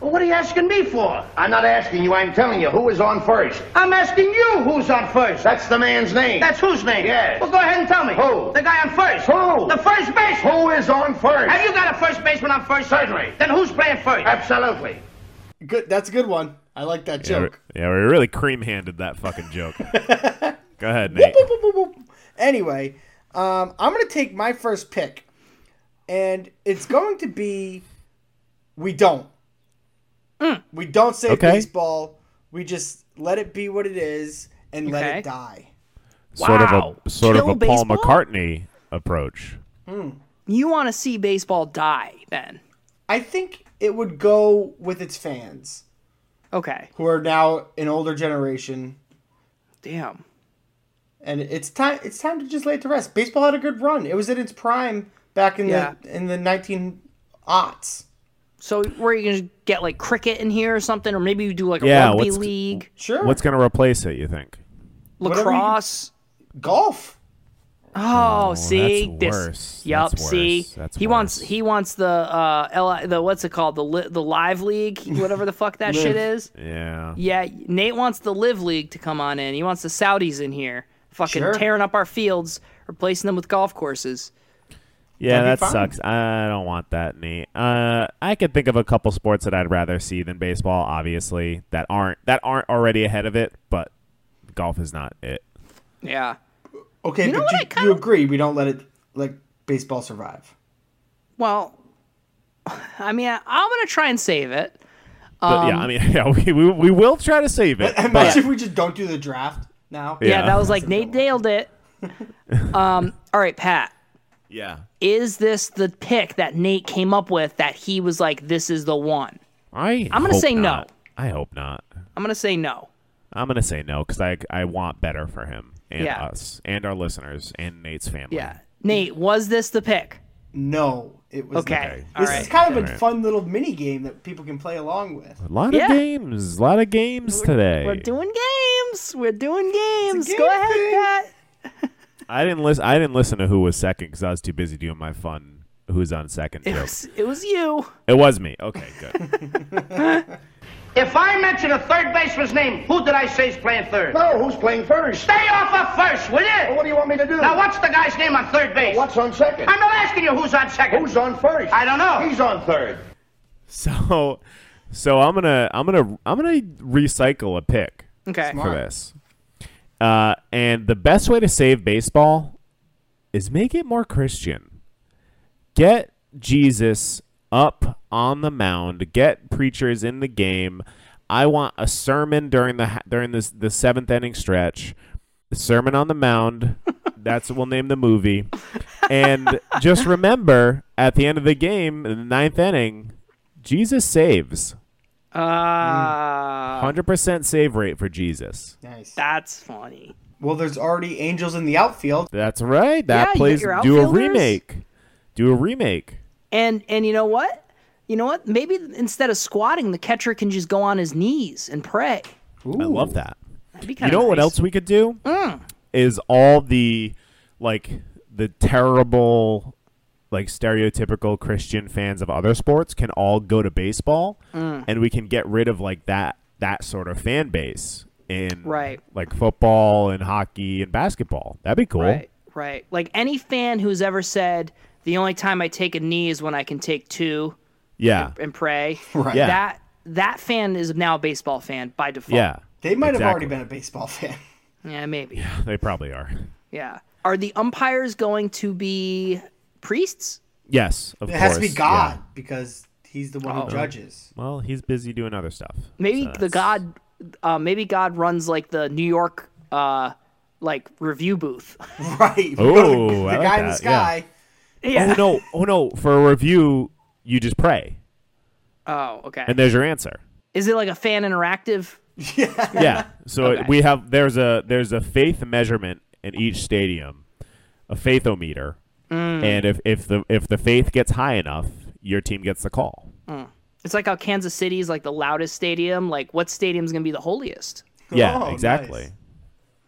Speaker 4: Well, what are you asking me for? I'm not asking you. I'm telling you who is on first. I'm asking you who's on first. That's the man's name. That's whose name? Yes. Well, go ahead and tell me. Who? The guy on first. Who? The first base. Who is on first? Have you got a first baseman on first? Certainly. Then who's playing first? Absolutely.
Speaker 3: Good. That's a good one. I like that
Speaker 2: Yeah, we-
Speaker 3: joke.
Speaker 2: yeah, we really cream-handed that fucking joke. Go ahead, Nate.
Speaker 3: Boop, boop, boop, boop. Anyway, um, I'm going to take my first pick, and it's going to be we don't.
Speaker 1: Mm.
Speaker 3: We don't save
Speaker 2: Okay.
Speaker 3: baseball. We just let it be what it is and let
Speaker 1: Okay.
Speaker 3: it die.
Speaker 2: Sort
Speaker 1: Wow.
Speaker 2: of a sort of
Speaker 1: Kill
Speaker 2: a Paul
Speaker 1: baseball?
Speaker 2: McCartney approach.
Speaker 1: You want to see baseball die, then?
Speaker 3: I think it would go with its fans,
Speaker 1: Okay.
Speaker 3: who are now an older generation,
Speaker 1: Damn.
Speaker 3: and it's time. It's time to just lay it to rest. Baseball had a good run. It was at its prime back in
Speaker 1: Yeah.
Speaker 3: the in the 19 aughts.
Speaker 1: So, where are you gonna get like cricket in here or something, or maybe you do like a
Speaker 2: Yeah,
Speaker 1: rugby
Speaker 2: what's-
Speaker 1: league,
Speaker 3: Sure.
Speaker 2: What's gonna replace it? You think?
Speaker 3: you-
Speaker 1: lacrosse?
Speaker 3: golf?
Speaker 1: Oh, see
Speaker 2: that's
Speaker 1: this.
Speaker 2: worse.
Speaker 1: Yup.
Speaker 2: That's
Speaker 1: See,
Speaker 2: worse. That's
Speaker 1: he wants
Speaker 2: worse.
Speaker 1: he wants the uh L- the what's it called the li- the live league, whatever the fuck that shit is.
Speaker 2: Yeah.
Speaker 1: Yeah, Nate wants the live league to come on in. He wants the Saudis in here, fucking
Speaker 3: Sure.
Speaker 1: tearing up our fields, replacing them with golf courses.
Speaker 2: Yeah,
Speaker 3: That'd
Speaker 2: that
Speaker 3: be fine.
Speaker 2: sucks. I don't want that, Nate. Uh, I could think of a couple sports that I'd rather see than baseball, obviously, that aren't that aren't already ahead of it, but golf is not it.
Speaker 1: Yeah.
Speaker 3: Okay,
Speaker 1: know
Speaker 3: but
Speaker 1: what
Speaker 3: you,
Speaker 1: I kinda-
Speaker 3: you agree we don't let it like baseball survive.
Speaker 1: Well, I mean, I, I'm gonna try and save it.
Speaker 2: But,
Speaker 1: Um,
Speaker 2: yeah, I mean, yeah, we, we, we will try to save it. but-
Speaker 3: Imagine if we just don't do the draft now.
Speaker 1: Yeah,
Speaker 2: Yeah.
Speaker 1: that was like Nate nailed it. um, all right, Pat,
Speaker 2: yeah.
Speaker 1: is this the pick that Nate came up with that he was like, "This is the one"?
Speaker 2: I
Speaker 1: I'm gonna
Speaker 2: hope
Speaker 1: say no.
Speaker 2: not. I hope not.
Speaker 1: I'm gonna say no.
Speaker 2: I'm gonna say no because I I want better for him and
Speaker 1: Yeah.
Speaker 2: us and our listeners and Nate's family.
Speaker 1: Yeah, Nate, was this the pick?
Speaker 3: No, it was
Speaker 1: Okay,
Speaker 3: not.
Speaker 1: all
Speaker 3: This
Speaker 1: right.
Speaker 3: is kind of a
Speaker 2: Alright.
Speaker 3: fun little mini game that people can play along with.
Speaker 2: A lot
Speaker 1: Yeah.
Speaker 2: of games. A lot of games today.
Speaker 1: We're doing games. We're doing games.
Speaker 3: game
Speaker 1: Go ahead,
Speaker 3: thing.
Speaker 1: Pat.
Speaker 2: I didn't listen. I didn't listen to who was second because I was too busy doing my fun. Who's on second?
Speaker 1: It
Speaker 2: joke.
Speaker 1: was, it was you.
Speaker 2: It was me. Okay, good.
Speaker 4: If I'm at mention a third baseman's name. Who did I say is playing third? No, who's playing first? Stay off of first, will you? what do you want me to do? Now, what's the guy's name on third base? What's on second? I'm not asking you who's on second. Who's on first? I don't know. He's on third.
Speaker 2: So, so I'm gonna I'm gonna I'm gonna recycle a pick
Speaker 1: Okay.
Speaker 2: for this. Uh, and the best way to save baseball is make it more Christian. Get Jesus up on the mound. Get preachers in the game. I want a sermon during the ha- during this the seventh inning stretch. Sermon on the mound. That's what we'll name the movie. And just remember, at the end of the game, in the ninth inning, Jesus saves.
Speaker 1: Uh,
Speaker 2: Hundred percent save rate for Jesus.
Speaker 3: Nice.
Speaker 1: that's funny.
Speaker 3: Well, there's already angels in the outfield.
Speaker 2: That's right. That
Speaker 1: Yeah, you
Speaker 2: plays
Speaker 1: get your
Speaker 2: do a
Speaker 1: outfielders.
Speaker 2: remake. Do a remake.
Speaker 1: And and you know what? You know what? Maybe instead of squatting, the catcher can just go on his knees and pray.
Speaker 2: I love that.
Speaker 1: That'd be
Speaker 2: You
Speaker 1: kind
Speaker 2: know what else we could do?
Speaker 1: Mm.
Speaker 2: Is all the like the terrible like stereotypical Christian fans of other sports can all go to baseball
Speaker 1: Mm.
Speaker 2: and we can get rid of like that that sort of fan base in
Speaker 1: Right.
Speaker 2: like football and hockey and basketball. That'd be cool.
Speaker 1: Right, right. Like any fan who's ever said, "The only time I take a knee is when I can take two
Speaker 2: Yeah.
Speaker 1: and pray."
Speaker 3: Right.
Speaker 2: Yeah.
Speaker 1: That that fan is now a baseball fan by default.
Speaker 2: Yeah.
Speaker 3: They might have already
Speaker 2: Exactly.
Speaker 3: been a baseball fan.
Speaker 1: Yeah, maybe.
Speaker 2: They probably are.
Speaker 1: Yeah. Are the umpires going to be priests?
Speaker 2: Yes, of
Speaker 3: It
Speaker 2: course.
Speaker 3: has to be
Speaker 2: yeah.
Speaker 3: God because he's the one
Speaker 1: Oh.
Speaker 3: who judges.
Speaker 2: Well, he's busy doing other stuff.
Speaker 1: Maybe
Speaker 2: So
Speaker 1: the
Speaker 2: that's-
Speaker 1: God, uh, maybe God runs like the New York, uh, like review booth.
Speaker 3: Right. We go
Speaker 2: Oh,
Speaker 3: to the, the
Speaker 2: I like
Speaker 3: guy in the
Speaker 2: that, yeah.
Speaker 3: sky.
Speaker 1: yeah.
Speaker 2: Oh no! Oh no! For a review, you just pray,
Speaker 1: Oh, okay.
Speaker 2: and there's your answer.
Speaker 1: Is it like a fan interactive?
Speaker 2: Yeah. So
Speaker 1: Okay.
Speaker 2: we have there's a there's a faith measurement in each stadium, a faithometer,
Speaker 1: Mm.
Speaker 2: and if if the if the faith gets high enough, your team gets the call.
Speaker 1: It's like how Kansas City is like the loudest stadium. Like, what stadium's gonna be the holiest?
Speaker 2: Yeah,
Speaker 3: Oh,
Speaker 2: exactly.
Speaker 3: nice.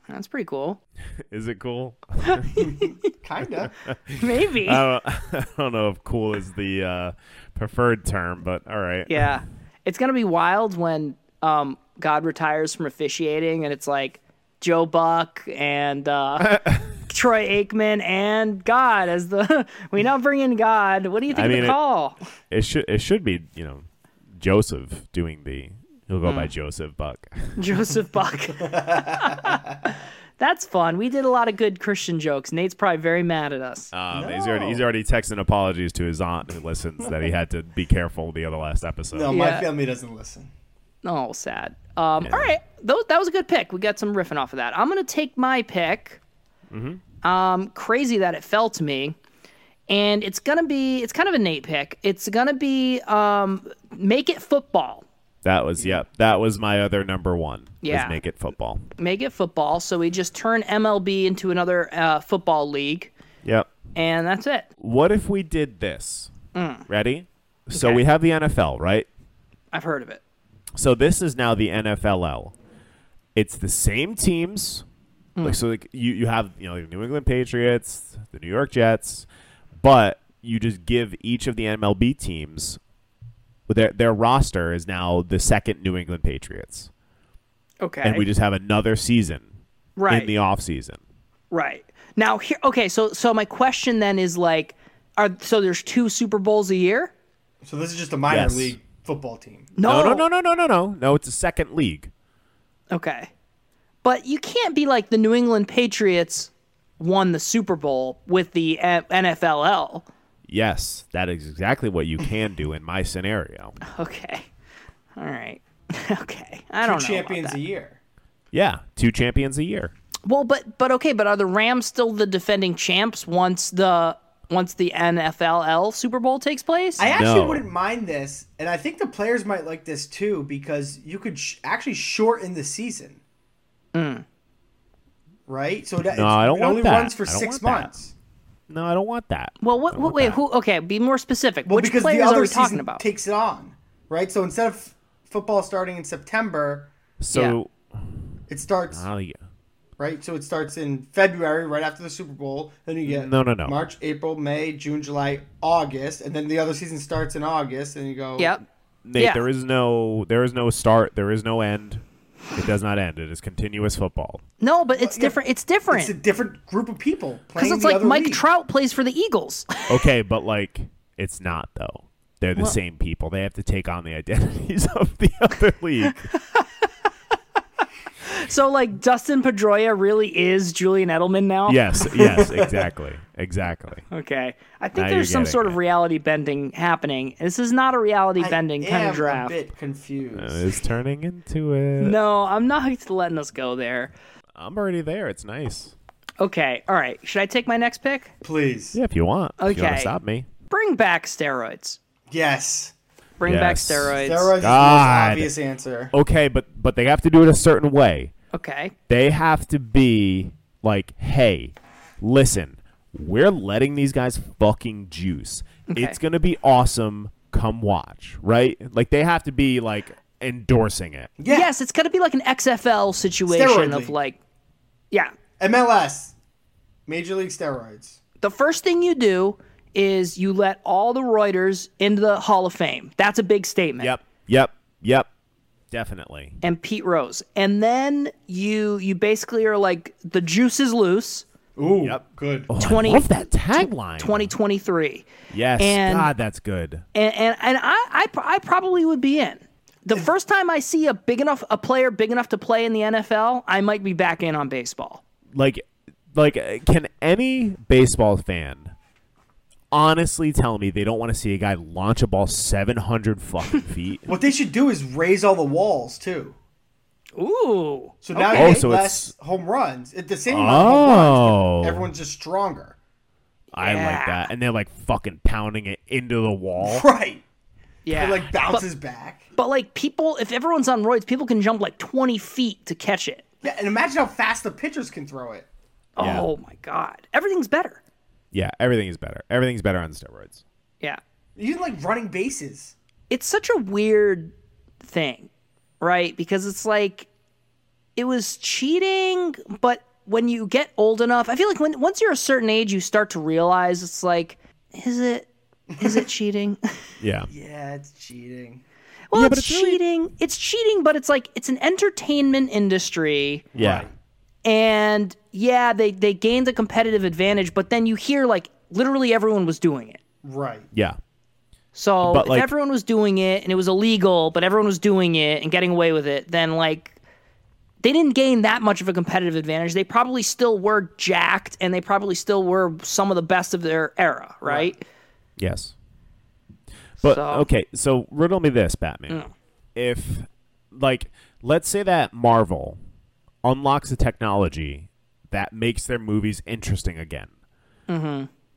Speaker 1: That's pretty cool.
Speaker 2: Is it cool?
Speaker 3: Kinda.
Speaker 1: Maybe.
Speaker 2: I don't, I don't know if cool is the uh, preferred term, but all right.
Speaker 1: yeah. It's gonna be wild when um, God retires from officiating, and it's like Joe Buck and uh, Troy Aikman and God as the. we now bring in God. What do you think
Speaker 2: I
Speaker 1: of
Speaker 2: mean,
Speaker 1: the
Speaker 2: it-
Speaker 1: call?
Speaker 2: It should it should be you know Joseph doing the he'll go
Speaker 1: Mm.
Speaker 2: by Joseph Buck.
Speaker 1: Joseph Buck. That's fun. We did a lot of good Christian jokes. Nate's probably very mad at us.
Speaker 2: Um, he's already he's already texting apologies to his aunt who listens that he had to be careful the other last episode.
Speaker 3: No, my
Speaker 1: Yeah.
Speaker 3: family doesn't listen.
Speaker 1: Oh, sad. Um, All right, Tho- that was a good pick. We got some riffing off of that. I'm gonna take my pick.
Speaker 2: Mm-hmm.
Speaker 1: Um, crazy that it fell to me, and it's gonna be it's kind of a Nate pick. It's gonna be um, make it football.
Speaker 2: That was yep. That was my other number one.
Speaker 1: Yeah.
Speaker 2: is make it football.
Speaker 1: Make it football. So we just turn MLB into another uh, football league,
Speaker 2: Yep.
Speaker 1: and that's it.
Speaker 2: What if we did this? Ready?
Speaker 1: Mm.
Speaker 2: So
Speaker 1: Okay.
Speaker 2: we have the NFL, right?
Speaker 1: I've heard of it.
Speaker 2: So this is now the NFLL. It's the same teams.
Speaker 1: Hmm.
Speaker 2: Like so, like you you have you know the New England Patriots, the New York Jets, but you just give each of the MLB teams their their roster is now the second New England Patriots,
Speaker 1: Okay.
Speaker 2: and we just have another season
Speaker 1: right.
Speaker 2: in the off season.
Speaker 1: Right. Now here okay, so so my question then is like are so there's two Super Bowls a year?
Speaker 3: So this is just a minor
Speaker 2: Yes.
Speaker 3: league football team.
Speaker 1: No.
Speaker 2: no, no, no, no, no, no, no. It's a second league.
Speaker 1: Okay. But you can't be like the New England Patriots won the Super Bowl with the uh, N- NFLL.
Speaker 2: Yes, that is exactly what you can do in my scenario.
Speaker 1: Okay. All right. Okay. I don't know. about
Speaker 3: Champions
Speaker 1: that.
Speaker 3: a year.
Speaker 2: Yeah, two champions a year.
Speaker 1: Well, but but okay, but are the Rams still the defending champs once the once the NFLL Super Bowl takes place?
Speaker 3: I actually
Speaker 2: No.
Speaker 3: wouldn't mind this, and I think the players might like this too because you could sh- actually shorten the season. Right? So that
Speaker 2: Mm. No, I don't
Speaker 3: it
Speaker 2: want
Speaker 3: only
Speaker 2: that.
Speaker 3: runs for
Speaker 2: I don't
Speaker 3: six
Speaker 2: want that.
Speaker 3: months.
Speaker 2: No, I don't want that.
Speaker 1: well, what, what wait, who okay, be more specific.
Speaker 3: Well,
Speaker 1: Which
Speaker 3: because
Speaker 1: players
Speaker 3: the other
Speaker 1: are we
Speaker 3: season
Speaker 1: talking about?
Speaker 3: takes it on, right? So instead of f- football starting in September,
Speaker 2: So,
Speaker 3: it starts
Speaker 2: oh, yeah.
Speaker 3: right. So it starts in February, right after the Super Bowl. Then you get
Speaker 2: No, no, no.
Speaker 3: March, April, May, June, July, August, and then the other season starts in August, and you go
Speaker 1: Yep.
Speaker 2: Nate,
Speaker 1: Yeah.
Speaker 2: there is no there is no start, there is no end. It does not end. It is continuous football.
Speaker 1: No, but it's different. It's different
Speaker 3: It's a different group of people
Speaker 1: because
Speaker 3: playing.
Speaker 1: it's
Speaker 3: the
Speaker 1: like
Speaker 3: other
Speaker 1: Mike
Speaker 3: league.
Speaker 1: Trout plays for the Eagles.
Speaker 2: Okay, but like it's not though. They're the same people. They have to take on the identities of the other league.
Speaker 1: so like Dustin Pedroia really is Julian Edelman now.
Speaker 2: yes, yes, exactly. Exactly.
Speaker 1: Okay. I think
Speaker 2: Now
Speaker 1: there's
Speaker 2: you're
Speaker 1: some
Speaker 2: getting
Speaker 1: sort
Speaker 2: it.
Speaker 1: of reality bending happening. This is not a reality
Speaker 3: I
Speaker 1: bending kind
Speaker 3: am
Speaker 1: of draft.
Speaker 3: A bit confused.
Speaker 2: It's turning into it.
Speaker 1: No, I'm not letting us go there.
Speaker 2: I'm already there. It's nice.
Speaker 1: Okay. All right. Should I take my next pick?
Speaker 3: Please,
Speaker 2: Yeah, if you want. If you want
Speaker 1: Okay.
Speaker 2: to stop me.
Speaker 1: Bring back steroids.
Speaker 3: yes.
Speaker 1: Bring back
Speaker 2: Yes.
Speaker 1: steroids.
Speaker 3: Steroids is the most
Speaker 2: God.
Speaker 3: obvious answer.
Speaker 2: Okay, but but they have to do it a certain way.
Speaker 1: Okay.
Speaker 2: they have to be like, hey, listen, we're letting these guys fucking juice. It's gonna be awesome. Come watch, right? Like they have to be like endorsing it.
Speaker 3: Yeah.
Speaker 1: Yes, it's got to be like an XFL situation
Speaker 3: Steroid
Speaker 1: of
Speaker 3: league.
Speaker 1: like, yeah.
Speaker 3: MLS, Major League Steroids.
Speaker 1: The first thing you do is you let all the Reuters into the Hall of Fame. That's a big statement.
Speaker 2: Yep, yep, yep, definitely.
Speaker 1: And Pete Rose, and then you you basically are like the juice is loose.
Speaker 3: Ooh, good.
Speaker 2: Oh,
Speaker 1: 20
Speaker 2: I love that tagline.
Speaker 1: 2023.
Speaker 2: Yes,
Speaker 1: and-
Speaker 2: God, that's good.
Speaker 1: and and, and I, I pr- I probably would be in. The first time I see a big enough a player big enough to play in the NFL, I might be back in on baseball.
Speaker 2: Like, like, uh, can any baseball fan honestly tell me they don't want to see a guy launch a ball seven hundred fucking feet?
Speaker 3: What they should do is raise all the walls too.
Speaker 1: Ooh.
Speaker 3: So now
Speaker 2: Oh,
Speaker 3: you hit
Speaker 2: so
Speaker 3: less
Speaker 2: it's-
Speaker 3: home runs. It's the same amount of home runs.
Speaker 2: Oh.
Speaker 3: but Everyone's just stronger.
Speaker 2: I like
Speaker 1: Yeah.
Speaker 2: that. And they're like fucking pounding it into the wall.
Speaker 3: Right.
Speaker 1: Yeah.
Speaker 3: It like bounces back.
Speaker 1: But like people, if everyone's on roids, people can jump like 20 feet to catch it.
Speaker 3: Yeah, and imagine how fast the pitchers can throw it.
Speaker 2: Yeah.
Speaker 1: Oh my god, everything's better.
Speaker 2: Yeah, everything is better. Everything's better on steroids.
Speaker 1: Yeah.
Speaker 3: Even like running bases.
Speaker 1: It's such a weird thing, right? Because it's like it was cheating, but when you get old enough, I feel like when once you're a certain age, you start to realize it's like, is it is it cheating?
Speaker 2: Yeah.
Speaker 3: Yeah, it's cheating.
Speaker 1: Well,
Speaker 2: but
Speaker 1: it's,
Speaker 2: it's really-
Speaker 1: cheating. It's cheating, but it's like it's an entertainment industry,
Speaker 2: Yeah.
Speaker 1: and yeah, they they gained a competitive advantage. But then you hear like literally everyone was doing it.
Speaker 3: Right.
Speaker 2: Yeah.
Speaker 1: So
Speaker 2: But,
Speaker 1: if
Speaker 2: like-
Speaker 1: everyone was doing it and it was illegal, but everyone was doing it and getting away with it, then like they didn't gain that much of a competitive advantage. They probably still were jacked, and they probably still were some of the best of their era, right?
Speaker 2: Yes. But
Speaker 1: So- Mm.
Speaker 2: okay, so riddle me this, Batman. If like let's say that Marvel unlocks the technology that makes their movies interesting again.
Speaker 1: Mm-hmm.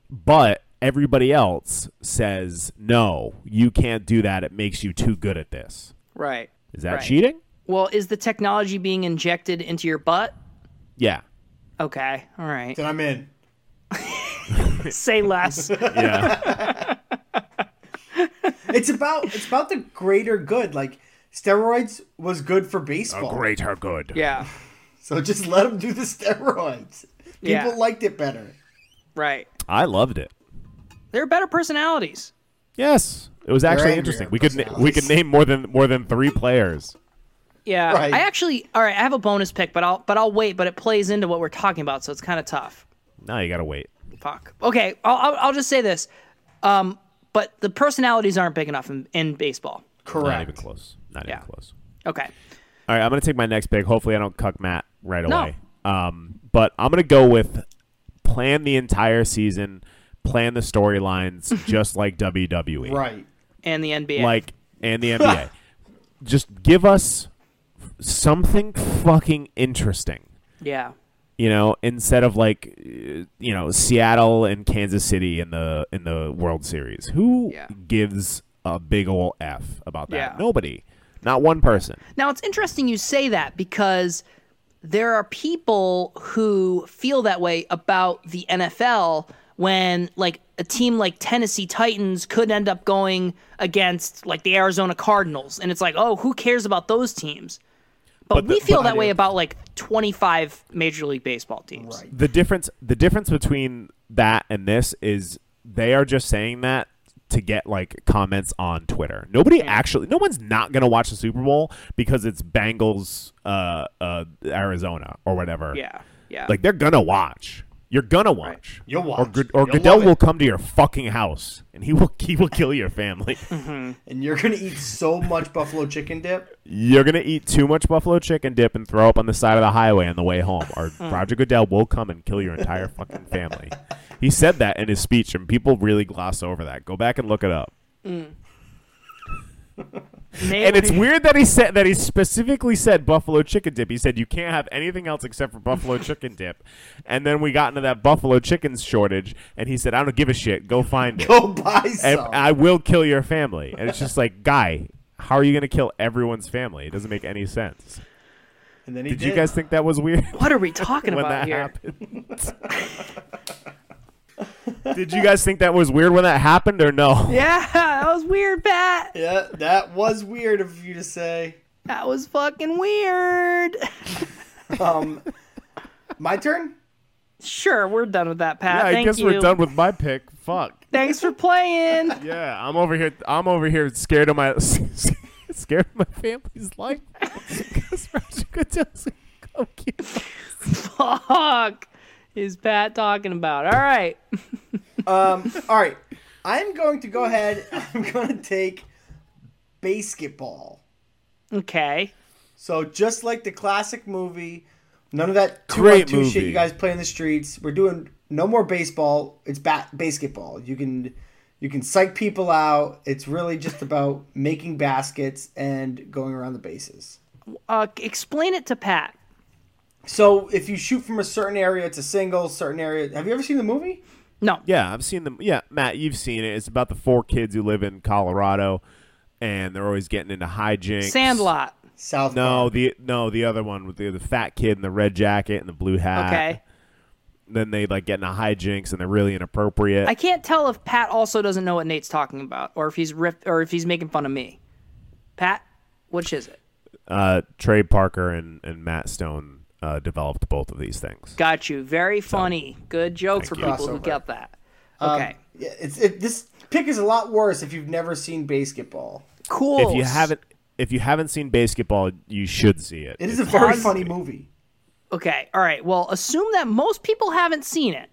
Speaker 2: But everybody else says, "No, you can't do that. It makes you too good at this."
Speaker 1: Right.
Speaker 2: Is that
Speaker 1: Right.
Speaker 2: cheating?
Speaker 1: Well, is the technology being injected into your butt?
Speaker 2: Yeah.
Speaker 1: Okay. All right.
Speaker 3: Then I'm in.
Speaker 1: Say less.
Speaker 2: Yeah.
Speaker 3: It's about it's about the greater good. Like steroids was good for baseball.
Speaker 2: Greater good.
Speaker 1: Yeah.
Speaker 3: So just let them do the steroids. People
Speaker 1: Yeah.
Speaker 3: liked it better.
Speaker 1: Right.
Speaker 2: I loved it.
Speaker 1: They're better personalities.
Speaker 2: Yes, it was actually
Speaker 3: angrier
Speaker 2: interesting. We could na- we
Speaker 3: personalities.
Speaker 2: could name more than more than three players.
Speaker 1: Yeah.
Speaker 3: Right.
Speaker 1: I actually all right, I have a bonus pick, but I'll but I'll wait, but it plays into what we're talking about, so it's kind of tough.
Speaker 2: No, you gotta wait.
Speaker 1: Fuck. Okay, I'll, I'll I'll just say this. Um but the personalities aren't big enough in, in baseball.
Speaker 2: Not even
Speaker 3: Correct.
Speaker 2: close. Not
Speaker 1: Yeah.
Speaker 2: even close.
Speaker 1: Okay.
Speaker 2: All right, I'm gonna take my next pick. Hopefully, I don't cuck Matt right
Speaker 1: No.
Speaker 2: away. Um, but I'm gonna go with plan the entire season, plan the storylines, just like WWE,
Speaker 3: Right.
Speaker 1: And the NBA.
Speaker 2: like and the NBA. just give us something fucking interesting.
Speaker 1: yeah.
Speaker 2: you know, instead of like, uh, you know, Seattle and Kansas City in the in the World Series. Who
Speaker 1: Yeah.
Speaker 2: gives a big ol' f about that?
Speaker 1: Yeah.
Speaker 2: Nobody, not one person.
Speaker 1: Now it's interesting you say that because there are people who feel that way about the NFL when like a team like Tennessee Titans could end up going against like the Arizona Cardinals and it's like, "Oh, who cares about those teams?" But,
Speaker 2: But the-
Speaker 1: we feel
Speaker 2: but I
Speaker 1: that way
Speaker 2: do.
Speaker 1: about like 25 Major League Baseball teams.
Speaker 3: Right.
Speaker 2: The difference the difference between that and this is they are just saying that to get like comments on Twitter. Nobody actually, no one's not gonna watch the Super Bowl because it's Bengals, uh, uh, Arizona or whatever.
Speaker 1: Yeah, yeah.
Speaker 2: like they're gonna watch. You're gonna watch.
Speaker 3: You'll
Speaker 2: Or,
Speaker 3: watch.
Speaker 2: Good- or
Speaker 3: You'll
Speaker 2: Goodell
Speaker 3: love it.
Speaker 2: will come to your fucking house and he will he will kill your family.
Speaker 3: and you're gonna eat so much buffalo chicken dip.
Speaker 2: You're gonna eat too much buffalo chicken dip and throw up on the side of the highway on the way home, or Roger Goodell will come and kill your entire fucking family. He said that in his speech, and people really gloss over that. Go back and look it up.
Speaker 1: Maybe.
Speaker 2: And it's weird that he said that he specifically said buffalo chicken dip. He said you can't have anything else except for buffalo chicken dip. And then we got into that buffalo chicken shortage, and he said, "I don't give a shit. Go find it."
Speaker 3: Go buy
Speaker 2: and
Speaker 3: some.
Speaker 2: I will kill your family. And it's just like, guy, how are you going to kill everyone's family? It doesn't make any sense.
Speaker 3: and then he
Speaker 2: Did you guys think that was weird
Speaker 1: What are we talking
Speaker 2: when
Speaker 1: about
Speaker 2: that
Speaker 1: here?
Speaker 2: happened? Did you guys think that was weird when that happened or no?
Speaker 1: Yeah, that was weird, Pat.
Speaker 3: Yeah, that was weird of you to say.
Speaker 1: That was fucking weird.
Speaker 3: Um, my turn.
Speaker 1: Sure, we're done with that,
Speaker 2: Yeah,
Speaker 1: Pat.
Speaker 2: I
Speaker 1: Thank
Speaker 2: guess
Speaker 1: you.
Speaker 2: we're done with my pick. Fuck.
Speaker 1: Thanks for playing.
Speaker 2: Yeah, I'm over here. I'm over here scared of my scared of my family's life because Roger Goodell's a cokehead.
Speaker 1: Fuck is Pat talking about? All right.
Speaker 3: Um, all right, I'm going to go ahead. I'm going to take basketball.
Speaker 1: Okay.
Speaker 3: So just like the classic movie, none of that two
Speaker 2: Great
Speaker 3: on two shit
Speaker 2: movie.
Speaker 3: you guys play in the streets. We're doing no more baseball. It's bat basketball. You can you can psych people out. It's really just about making baskets and going around the bases.
Speaker 1: Uh, explain it to Pat.
Speaker 3: So if you shoot from a certain area, it's a single. Certain area. Have you ever seen the movie?
Speaker 1: No.
Speaker 2: Yeah, I've seen them. Yeah, Matt, you've seen it. It's about the four kids who live in Colorado, and they're always getting into hijinks.
Speaker 1: Sandlot.
Speaker 3: South.
Speaker 2: No,
Speaker 3: Park.
Speaker 2: the no, the other one with the, the fat kid in the red jacket and the blue hat.
Speaker 1: Okay.
Speaker 2: Then they like get into hijinks and they're really inappropriate.
Speaker 1: I can't tell if Pat also doesn't know what Nate's talking about, or if he's ripped, or if he's making fun of me. Pat, which is it?
Speaker 2: uh, Trey Parker and, and Matt Stone uh, developed both of these things.
Speaker 1: Got you. Very funny. Good joke for
Speaker 2: you.
Speaker 1: people who
Speaker 3: Crossover.
Speaker 1: get that. Okay.
Speaker 3: Yeah, it's it, this pick is a lot worse if you've never seen basketball.
Speaker 1: cool.
Speaker 2: If you haven't if you haven't seen basketball, you should see it.
Speaker 3: It is a very funny movie.
Speaker 1: Okay. All right. Well, assume that most people haven't seen it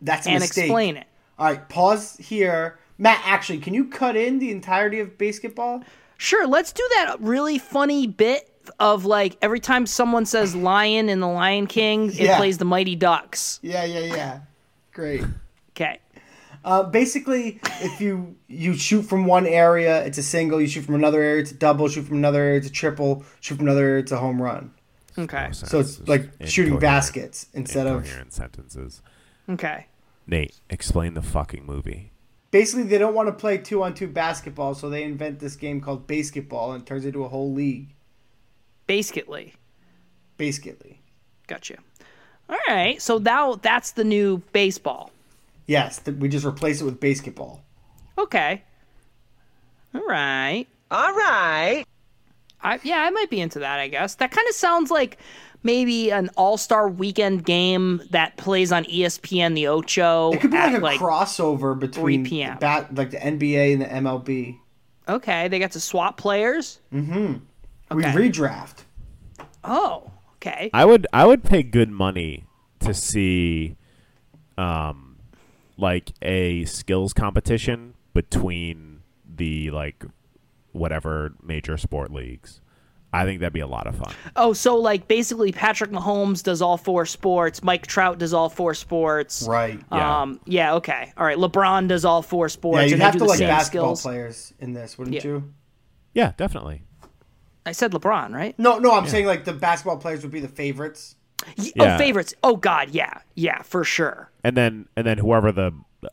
Speaker 3: That's a
Speaker 1: and
Speaker 3: mistake.
Speaker 1: explain it.
Speaker 3: All right, pause here. Matt, actually, can you cut in the entirety of basketball?
Speaker 1: Sure, let's do that really funny bit of like every time someone says lion in the Lion King, it
Speaker 3: Yeah.
Speaker 1: plays the Mighty Ducks.
Speaker 3: Yeah, yeah, yeah. Great.
Speaker 1: Okay.
Speaker 3: Uh, basically, if you you shoot from one area, it's a single. You shoot from another area, it's a double. Shoot from another area, it's a triple. Shoot from another area, it's a home run.
Speaker 1: Okay.
Speaker 3: So it's like shooting
Speaker 2: incoherent-
Speaker 3: baskets instead of
Speaker 2: incoherent sentences.
Speaker 1: Okay.
Speaker 2: Nate, explain the fucking movie.
Speaker 3: basically they don't want to play two on two basketball, so they invent this game called basketball and it turns into a whole league.
Speaker 1: Basketly.
Speaker 3: Basically,
Speaker 1: Gotcha. All right. So now that's the new baseball.
Speaker 3: yes, th- we just replace it with basketball.
Speaker 1: Okay. All right.
Speaker 5: All right.
Speaker 1: I yeah, I might be into that, I guess. That kind of sounds like maybe an all-star weekend game that plays on E ESPN the Ocho.
Speaker 3: It could be
Speaker 1: at,
Speaker 3: like a crossover between
Speaker 1: 3 p.m..
Speaker 3: the bat, like the NBA and the MLB.
Speaker 1: Okay, they got to swap players.
Speaker 3: We
Speaker 1: Okay.
Speaker 3: redraft.
Speaker 1: Oh, okay.
Speaker 2: I would I would pay good money to see um like a skills competition between the like whatever major sport leagues. I think that'd be a lot of fun.
Speaker 1: Oh, so like basically Patrick Mahomes does all four sports, Mike Trout does all four sports.
Speaker 3: Right.
Speaker 2: Yeah.
Speaker 1: Um yeah, okay. All right, LeBron does all four sports
Speaker 3: yeah, you'd
Speaker 1: and they
Speaker 3: have
Speaker 1: do
Speaker 3: to
Speaker 1: the
Speaker 3: like
Speaker 1: same
Speaker 3: basketball
Speaker 1: skills.
Speaker 3: players in this, wouldn't
Speaker 1: Yeah.
Speaker 3: you?
Speaker 2: Yeah, definitely.
Speaker 1: I said LeBron, right?
Speaker 3: No, no, I'm saying like the basketball players would be the favorites.
Speaker 1: Y-
Speaker 2: Yeah.
Speaker 1: Oh, favorites. Oh god, yeah. Yeah, for sure.
Speaker 2: And then and then whoever the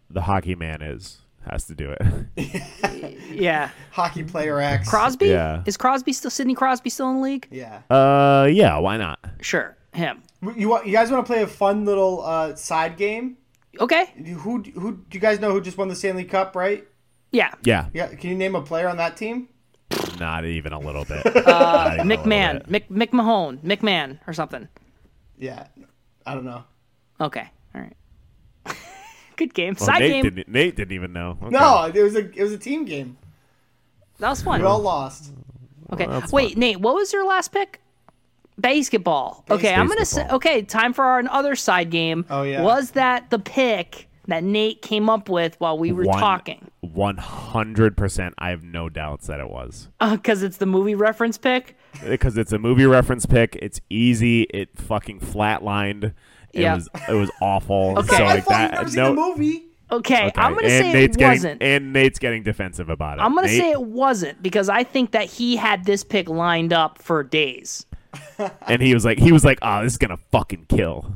Speaker 2: the hockey man is has to do it.
Speaker 1: Yeah.
Speaker 3: Hockey player X.
Speaker 1: Crosby?
Speaker 2: Yeah.
Speaker 1: Is Crosby still Sidney Crosby still in the league?
Speaker 3: yeah.
Speaker 2: uh yeah, why not?
Speaker 1: Sure. Him.
Speaker 3: you want you guys want to play a fun little uh, side game?
Speaker 1: Okay.
Speaker 3: You- Who who do you guys know who just won the Stanley Cup, right?
Speaker 1: Yeah.
Speaker 2: Yeah.
Speaker 3: Yeah, can you name a player on that team?
Speaker 2: Not even a little bit. Not
Speaker 1: Uh,
Speaker 2: even a little
Speaker 1: McMahon.
Speaker 2: bit.
Speaker 1: Mc McMahon. McMahon or something.
Speaker 3: Yeah. I don't know.
Speaker 1: Okay. All right. Good game.
Speaker 2: Oh,
Speaker 1: Side
Speaker 2: Nate
Speaker 1: game.
Speaker 2: didn't. Nate didn't even know. Okay.
Speaker 3: No, it was a it was a team game.
Speaker 1: That was fun.
Speaker 3: We all lost.
Speaker 1: Okay.
Speaker 2: that's
Speaker 1: Wait, Nate, what was your last pick? Basketball. Okay, I'm gonna say.
Speaker 2: Basketball.
Speaker 1: Okay, time for our other side game.
Speaker 3: Oh, yeah.
Speaker 1: Was that the pick that Nate came up with while we were
Speaker 2: One-
Speaker 1: talking?
Speaker 2: 100%. I have no doubts that it was.
Speaker 1: Because it's the movie reference pick.
Speaker 2: Because it's a movie reference pick. It's easy. It fucking flatlined. It
Speaker 1: Yeah.
Speaker 2: was it was awful.
Speaker 1: Okay.
Speaker 2: So
Speaker 3: I
Speaker 2: like
Speaker 3: thought you've
Speaker 2: that
Speaker 3: never seen
Speaker 2: no
Speaker 3: the movie.
Speaker 1: Okay,
Speaker 2: okay.
Speaker 1: I'm gonna
Speaker 2: and
Speaker 1: say
Speaker 2: Nate's
Speaker 1: it
Speaker 2: getting,
Speaker 1: wasn't.
Speaker 2: And Nate's getting defensive about it.
Speaker 1: I'm gonna
Speaker 2: Nate,
Speaker 1: say it wasn't because I think that he had this pick lined up for days.
Speaker 2: And he was like he was like, "Oh, this is going to fucking kill."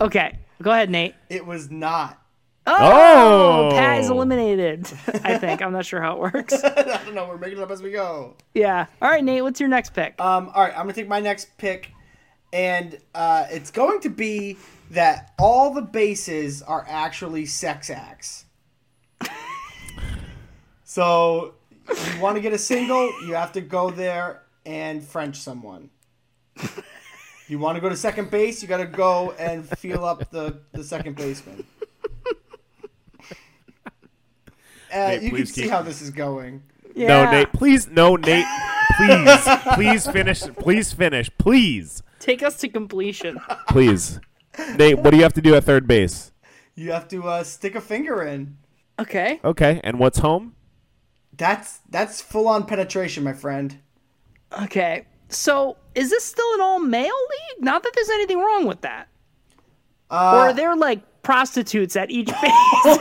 Speaker 1: Okay, go ahead, Nate.
Speaker 3: It was not.
Speaker 1: Oh,
Speaker 2: Oh.
Speaker 1: Pat is eliminated. I think I'm not sure how it works.
Speaker 3: I don't know. We're making it up as we go.
Speaker 1: Yeah. All right, Nate. What's your next pick?
Speaker 3: Um, all right, I'm gonna take my next pick, and uh, it's going to be that all the bases are actually sex acts. so, you want to get a single, you have to go there and French someone. You want to go to second base, you got to go and feel up the, the second baseman. Uh,
Speaker 2: Nate,
Speaker 3: you can
Speaker 2: please
Speaker 3: see
Speaker 2: keep-
Speaker 3: how this is going.
Speaker 1: yeah.
Speaker 2: No, Nate, please no, Nate. Please. please finish. Please finish. Please.
Speaker 1: Take us to completion.
Speaker 2: Please. Nate, what do you have to do at third base?
Speaker 3: You have to uh, stick a finger in.
Speaker 1: Okay.
Speaker 2: Okay. And what's home?
Speaker 3: That's that's full on penetration, my friend.
Speaker 1: Okay. So is this still an all male league? Not that there's anything wrong with that. or are there like prostitutes at each base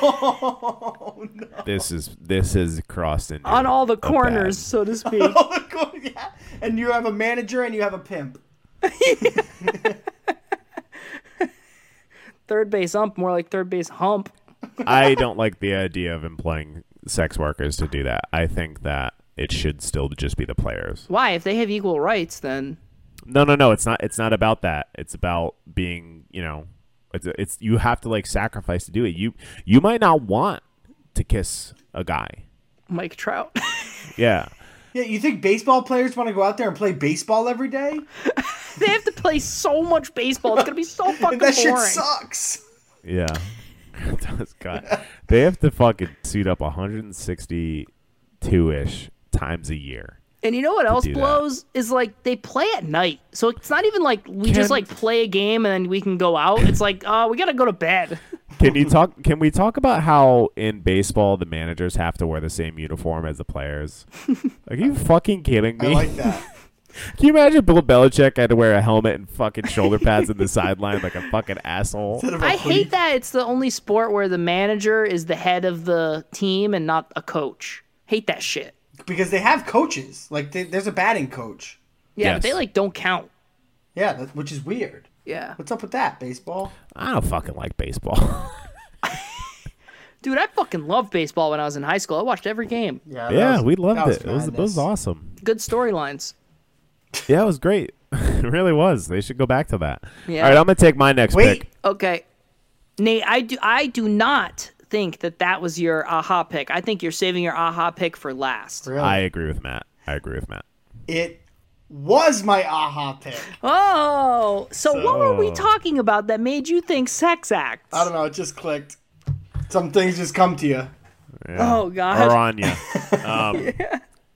Speaker 2: This is this is crossed into
Speaker 1: on all the
Speaker 2: a bad-
Speaker 1: corners, so to speak?
Speaker 3: yeah. And you have a manager and you have a pimp.
Speaker 1: third base ump, more like third base hump.
Speaker 2: I don't like the idea of employing sex workers to do that. I think that it should still just be the players.
Speaker 1: Why? If they have equal rights, then
Speaker 2: No, no, no. It's not. It's not about that. It's about being. You know, it's it's you have to like sacrifice to do it. You you might not want to kiss a guy.
Speaker 1: Mike Trout.
Speaker 2: Yeah.
Speaker 3: Yeah, you think baseball players want to go out there and play baseball every day?
Speaker 1: they have to play so much baseball. It's gonna be so fucking
Speaker 3: And that shit
Speaker 1: boring.
Speaker 3: sucks.
Speaker 2: Yeah. It does, God. They have to fucking suit up 162 ish times a year.
Speaker 1: And you know what else
Speaker 2: do that.
Speaker 1: blows is like they play at night, so it's not even like we
Speaker 2: Can-
Speaker 1: just like play a game and then we can go out. It's like, oh, we gotta go to bed.
Speaker 2: Can you talk? Can we talk about how in baseball the managers have to wear the same uniform as the players? Are you fucking kidding
Speaker 3: I
Speaker 2: me?
Speaker 3: like that.
Speaker 2: Can you imagine Bill Belichick had to wear a helmet and fucking shoulder pads in the sideline like a fucking asshole?
Speaker 3: Instead of a
Speaker 1: I
Speaker 3: hoodie.
Speaker 1: hate that it's the only sport where the manager is the head of the team and not a coach. Hate that shit.
Speaker 3: because they have coaches. Like they, there's a batting coach.
Speaker 1: Yeah, but
Speaker 2: Yes.
Speaker 1: they like don't count.
Speaker 3: Yeah, that, which is weird.
Speaker 1: Yeah.
Speaker 3: What's up with that baseball?
Speaker 2: I don't fucking like baseball.
Speaker 1: Dude, I fucking loved baseball when I was in high school. I watched every game.
Speaker 3: Yeah,
Speaker 2: yeah, we loved it. It was, it was awesome.
Speaker 1: Good storylines.
Speaker 2: Yeah, it was great. it really was. They should go back to that.
Speaker 1: Yeah.
Speaker 2: All right, I'm gonna take my next
Speaker 3: Wait,
Speaker 2: pick.
Speaker 1: Okay. Nate, I do I do not think that that was your aha pick. I think you're saving your aha pick for last.
Speaker 3: really?
Speaker 2: I agree with Matt. I agree with Matt.
Speaker 3: it was my aha pick.
Speaker 1: Oh, so, what were we talking about that made you think sex acts?
Speaker 3: I don't know. It just clicked. Some things just come to you.
Speaker 1: Oh
Speaker 2: or
Speaker 1: god.
Speaker 2: Anya. Um,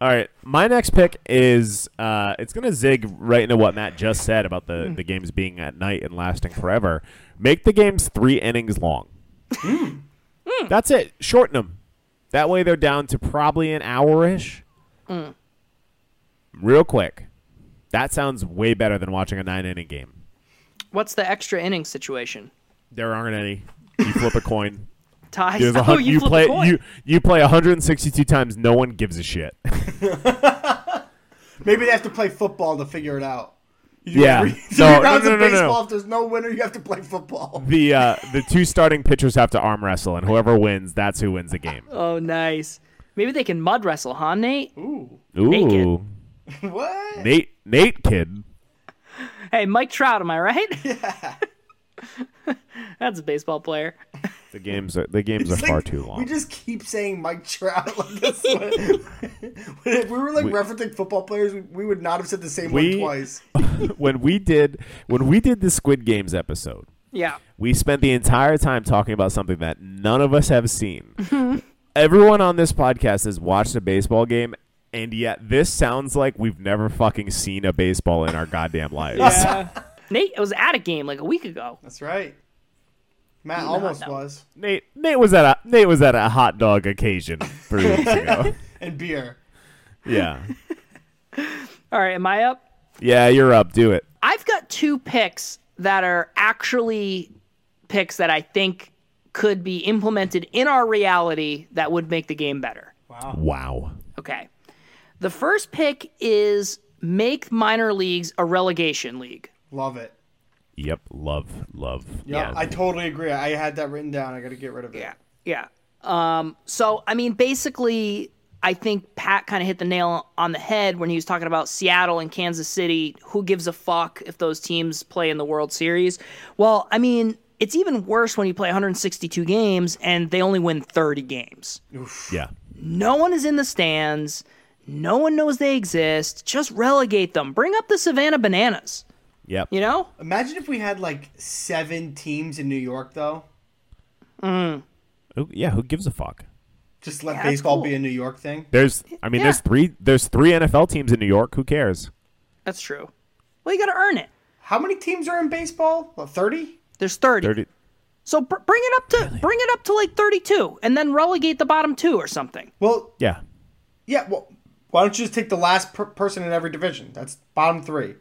Speaker 2: All right, my next pick is uh, it's gonna zig right into what Matt just said about the the games being at night and lasting forever. Make the games three innings long. That's it. Shorten them. That way they're down to probably an hour ish. Real quick. That sounds way better than watching a nine inning game.
Speaker 1: What's the extra inning situation?
Speaker 2: There aren't any. You flip a coin.
Speaker 1: Ties.
Speaker 2: There's a
Speaker 1: oh,
Speaker 2: hun-
Speaker 1: you,
Speaker 2: you
Speaker 1: flipped
Speaker 2: play
Speaker 1: a coin.
Speaker 2: you you play 162 times. No one gives a shit.
Speaker 3: Maybe they have to play football to figure it out.
Speaker 2: Yeah.
Speaker 3: Three, three
Speaker 2: No, no,
Speaker 3: rounds
Speaker 2: no,
Speaker 3: of
Speaker 2: no, no.
Speaker 3: baseball. If there's no winner, you have to play football.
Speaker 2: The uh, the two starting pitchers have to arm wrestle, and whoever wins, that's who wins the game.
Speaker 1: Oh, nice. Maybe they can mud wrestle, huh, Nate?
Speaker 3: Ooh,
Speaker 1: Naked.
Speaker 2: Ooh,
Speaker 3: what?
Speaker 2: Nate, Nate, kid.
Speaker 1: Hey, Mike Trout, am I right? Yeah. That's a baseball player.
Speaker 2: The games are the games are
Speaker 3: It's like,
Speaker 2: far too long.
Speaker 3: We just keep saying Mike Trout. Like this. when if we were like referencing football players, we, we would not have said the same
Speaker 2: We-
Speaker 3: one twice.
Speaker 2: when we did when we did the Squid Games episode,
Speaker 1: Yeah.
Speaker 2: We spent the entire time talking about something that none of us have seen. Everyone on this podcast has watched a baseball game, and yet this sounds like we've never fucking seen a baseball in our goddamn lives.
Speaker 1: Nate was at a game like a week ago.
Speaker 3: That's right. Matt almost was.
Speaker 2: Nate, Nate was at a Nate was at a hot dog occasion three weeks ago.
Speaker 3: And beer.
Speaker 2: Yeah,
Speaker 1: All right, am I up?
Speaker 2: yeah, you're up. Do it.
Speaker 1: I've got two picks that are actually picks that I think could be implemented in our reality that would make the game better.
Speaker 2: Wow.
Speaker 1: Okay. The first pick is make minor leagues a relegation league.
Speaker 3: Love it.
Speaker 2: Yep. Love. Love.
Speaker 3: Yeah,
Speaker 2: love.
Speaker 3: I totally agree. I had that written down. I got to get rid of it.
Speaker 1: Yeah. Um, so, I mean, basically, I think Pat kind of hit the nail on the head when he was talking about Seattle and Kansas City. Who gives a fuck if those teams play in the World Series? Well, I mean, it's even worse when you play 162 games and they only win 30 games.
Speaker 2: yeah.
Speaker 1: No one is in the stands. No one knows they exist. Just relegate them. Bring up the Savannah Bananas.
Speaker 2: Yep.
Speaker 1: You know?
Speaker 3: Imagine if we had like seven teams in New York, though.
Speaker 2: Who, yeah. Who gives a fuck?
Speaker 3: Just let
Speaker 1: Yeah, that's
Speaker 3: baseball
Speaker 1: cool.
Speaker 3: be a New York thing.
Speaker 2: There's. I mean, there's
Speaker 1: Yeah.
Speaker 2: three. There's three NFL teams in New York. Who cares?
Speaker 1: That's true. Well, you got to earn it.
Speaker 3: How many teams are in baseball? What, 30?
Speaker 1: There's 30.
Speaker 2: Thirty.
Speaker 1: So br- bring it up to bring it up to like 32 and then relegate the bottom 2 or something.
Speaker 3: Well,
Speaker 2: Yeah.
Speaker 3: yeah, well, why don't you just take the last per- person in every division? That's bottom three.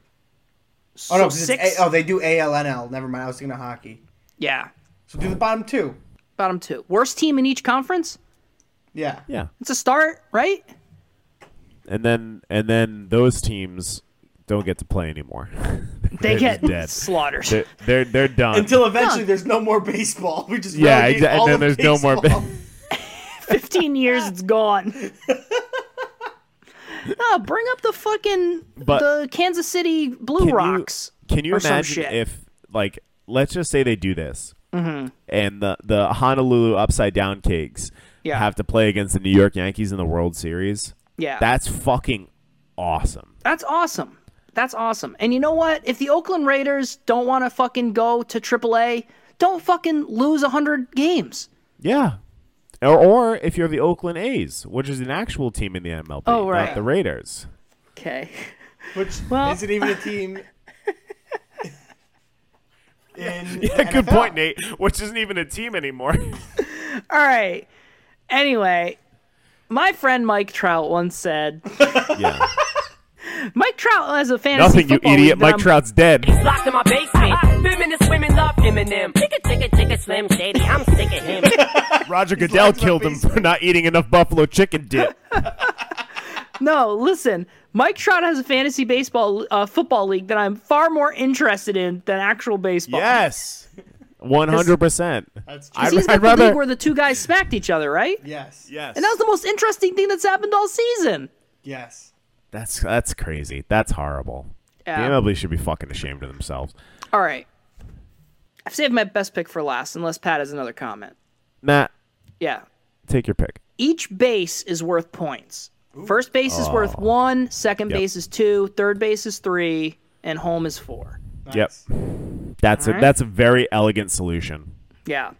Speaker 1: So
Speaker 3: Oh, no, 'cause
Speaker 1: six,
Speaker 3: it's A- oh, they do ALNL. Never mind. I was thinking of hockey.
Speaker 1: Yeah.
Speaker 3: So do the bottom two.
Speaker 1: Bottom 2. Worst team in each conference?
Speaker 3: Yeah.
Speaker 2: Yeah.
Speaker 1: It's a start, right?
Speaker 2: And then and then those teams don't get to play anymore.
Speaker 1: They
Speaker 2: They're just
Speaker 1: get
Speaker 2: dead.
Speaker 1: slaughtered.
Speaker 2: They're they're, they're done.
Speaker 3: Until eventually there's no more baseball. We just
Speaker 2: Yeah,
Speaker 3: relegate
Speaker 2: exa- and
Speaker 3: all
Speaker 2: then
Speaker 3: of
Speaker 2: there's no more
Speaker 3: baseball.
Speaker 1: 15 years it's gone. no, bring up the fucking
Speaker 2: But-
Speaker 1: the Kansas City Blue
Speaker 2: Can you-
Speaker 1: Rocks.
Speaker 2: Can you
Speaker 1: or some
Speaker 2: imagine
Speaker 1: shit. Mm-hmm.
Speaker 2: if, like, let's just say they do this, and the the Honolulu Upside Down Kings
Speaker 1: Yeah.
Speaker 2: have to play against the New York Yankees in the World Series?
Speaker 1: Yeah.
Speaker 2: That's fucking awesome.
Speaker 1: That's awesome. That's awesome. And you know what? If the Oakland Raiders don't want to fucking go to AAA, don't fucking lose 100 games.
Speaker 2: Yeah. Or, or if you're the Oakland A's, which is an actual team in the MLB,
Speaker 1: Oh, right.
Speaker 2: not the Raiders.
Speaker 1: Okay.
Speaker 3: Which
Speaker 1: Well-
Speaker 3: isn't even a team. In
Speaker 2: Yeah, good
Speaker 3: NFL.
Speaker 2: point, Nate. Which isn't even a team anymore.
Speaker 1: All right. Anyway, my friend Mike Trout once said,
Speaker 2: yeah.
Speaker 1: Mike Trout has a fantasy
Speaker 2: Nothing, you
Speaker 1: football league
Speaker 2: idiot.
Speaker 1: that
Speaker 2: Mike
Speaker 1: I'm-
Speaker 2: Trout's dead.
Speaker 5: locked in my basement.
Speaker 4: Ah.
Speaker 5: Feminist women love Eminem. Chicka, chicka, chicka, Slim Shady. I'm sick of him.
Speaker 2: Roger Goodell
Speaker 3: legs are
Speaker 2: killed him for not eating enough buffalo chicken dip.
Speaker 1: No, listen. Mike Trout has a fantasy baseball uh, football league that I'm far more interested in than actual baseball.
Speaker 2: yes. 100%.
Speaker 3: That's true.
Speaker 2: I'd,
Speaker 1: He's got
Speaker 2: I'd
Speaker 1: the
Speaker 2: rather.
Speaker 1: league where the two guys smacked each other, right?
Speaker 3: Yes.
Speaker 2: yes.
Speaker 1: And that was the most interesting thing that's happened all season.
Speaker 3: Yes.
Speaker 2: That's that's crazy. That's horrible.
Speaker 1: Yeah.
Speaker 2: The MLB should be fucking ashamed of themselves.
Speaker 1: All right. I've saved my best pick for last, unless Pat has another comment.
Speaker 2: Matt,
Speaker 1: Yeah.
Speaker 2: take your pick.
Speaker 1: Each base is worth points. First base is worth one, second
Speaker 2: Yep.
Speaker 1: base is two, third base is three, and home is four.
Speaker 2: Yep. That's a that's a very elegant solution.
Speaker 1: Yeah.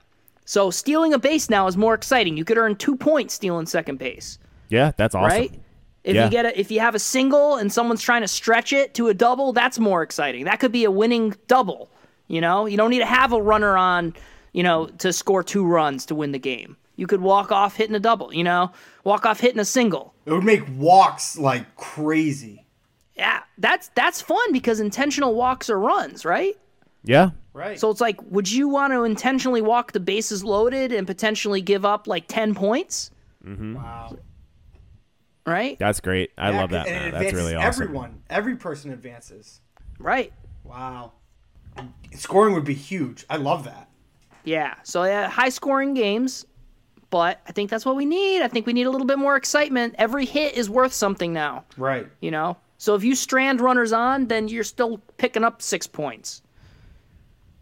Speaker 1: So stealing a base now is more exciting. You could earn two points stealing second base,
Speaker 2: Yeah, that's awesome.
Speaker 1: right? If
Speaker 2: Yeah.
Speaker 1: you get a, if you have a single and someone's trying to stretch it to a double, that's more exciting. That could be a winning double. You know, you don't need to have a runner on, you know, to score two runs to win the game. You could walk off hitting a double. You know, walk off hitting a single.
Speaker 3: It would make walks like crazy.
Speaker 1: Yeah, that's that's fun because intentional walks are runs, right?
Speaker 2: Yeah.
Speaker 3: Right.
Speaker 1: So it's like, would you want to intentionally walk the bases loaded and potentially give up like ten points,
Speaker 3: wow.
Speaker 1: right?
Speaker 2: That's great. I love that.
Speaker 3: And it
Speaker 2: Matt. That's
Speaker 3: advances
Speaker 2: really awesome.
Speaker 3: Everyone, every person advances.
Speaker 1: Right.
Speaker 3: Wow. Scoring would be huge. I love that.
Speaker 1: Yeah. So yeah, high scoring games, but I think that's what we need. I think we need a little bit more excitement. Every hit is worth something now,
Speaker 3: Right.
Speaker 1: you know? So if you strand runners on, then you're still picking up 6 points.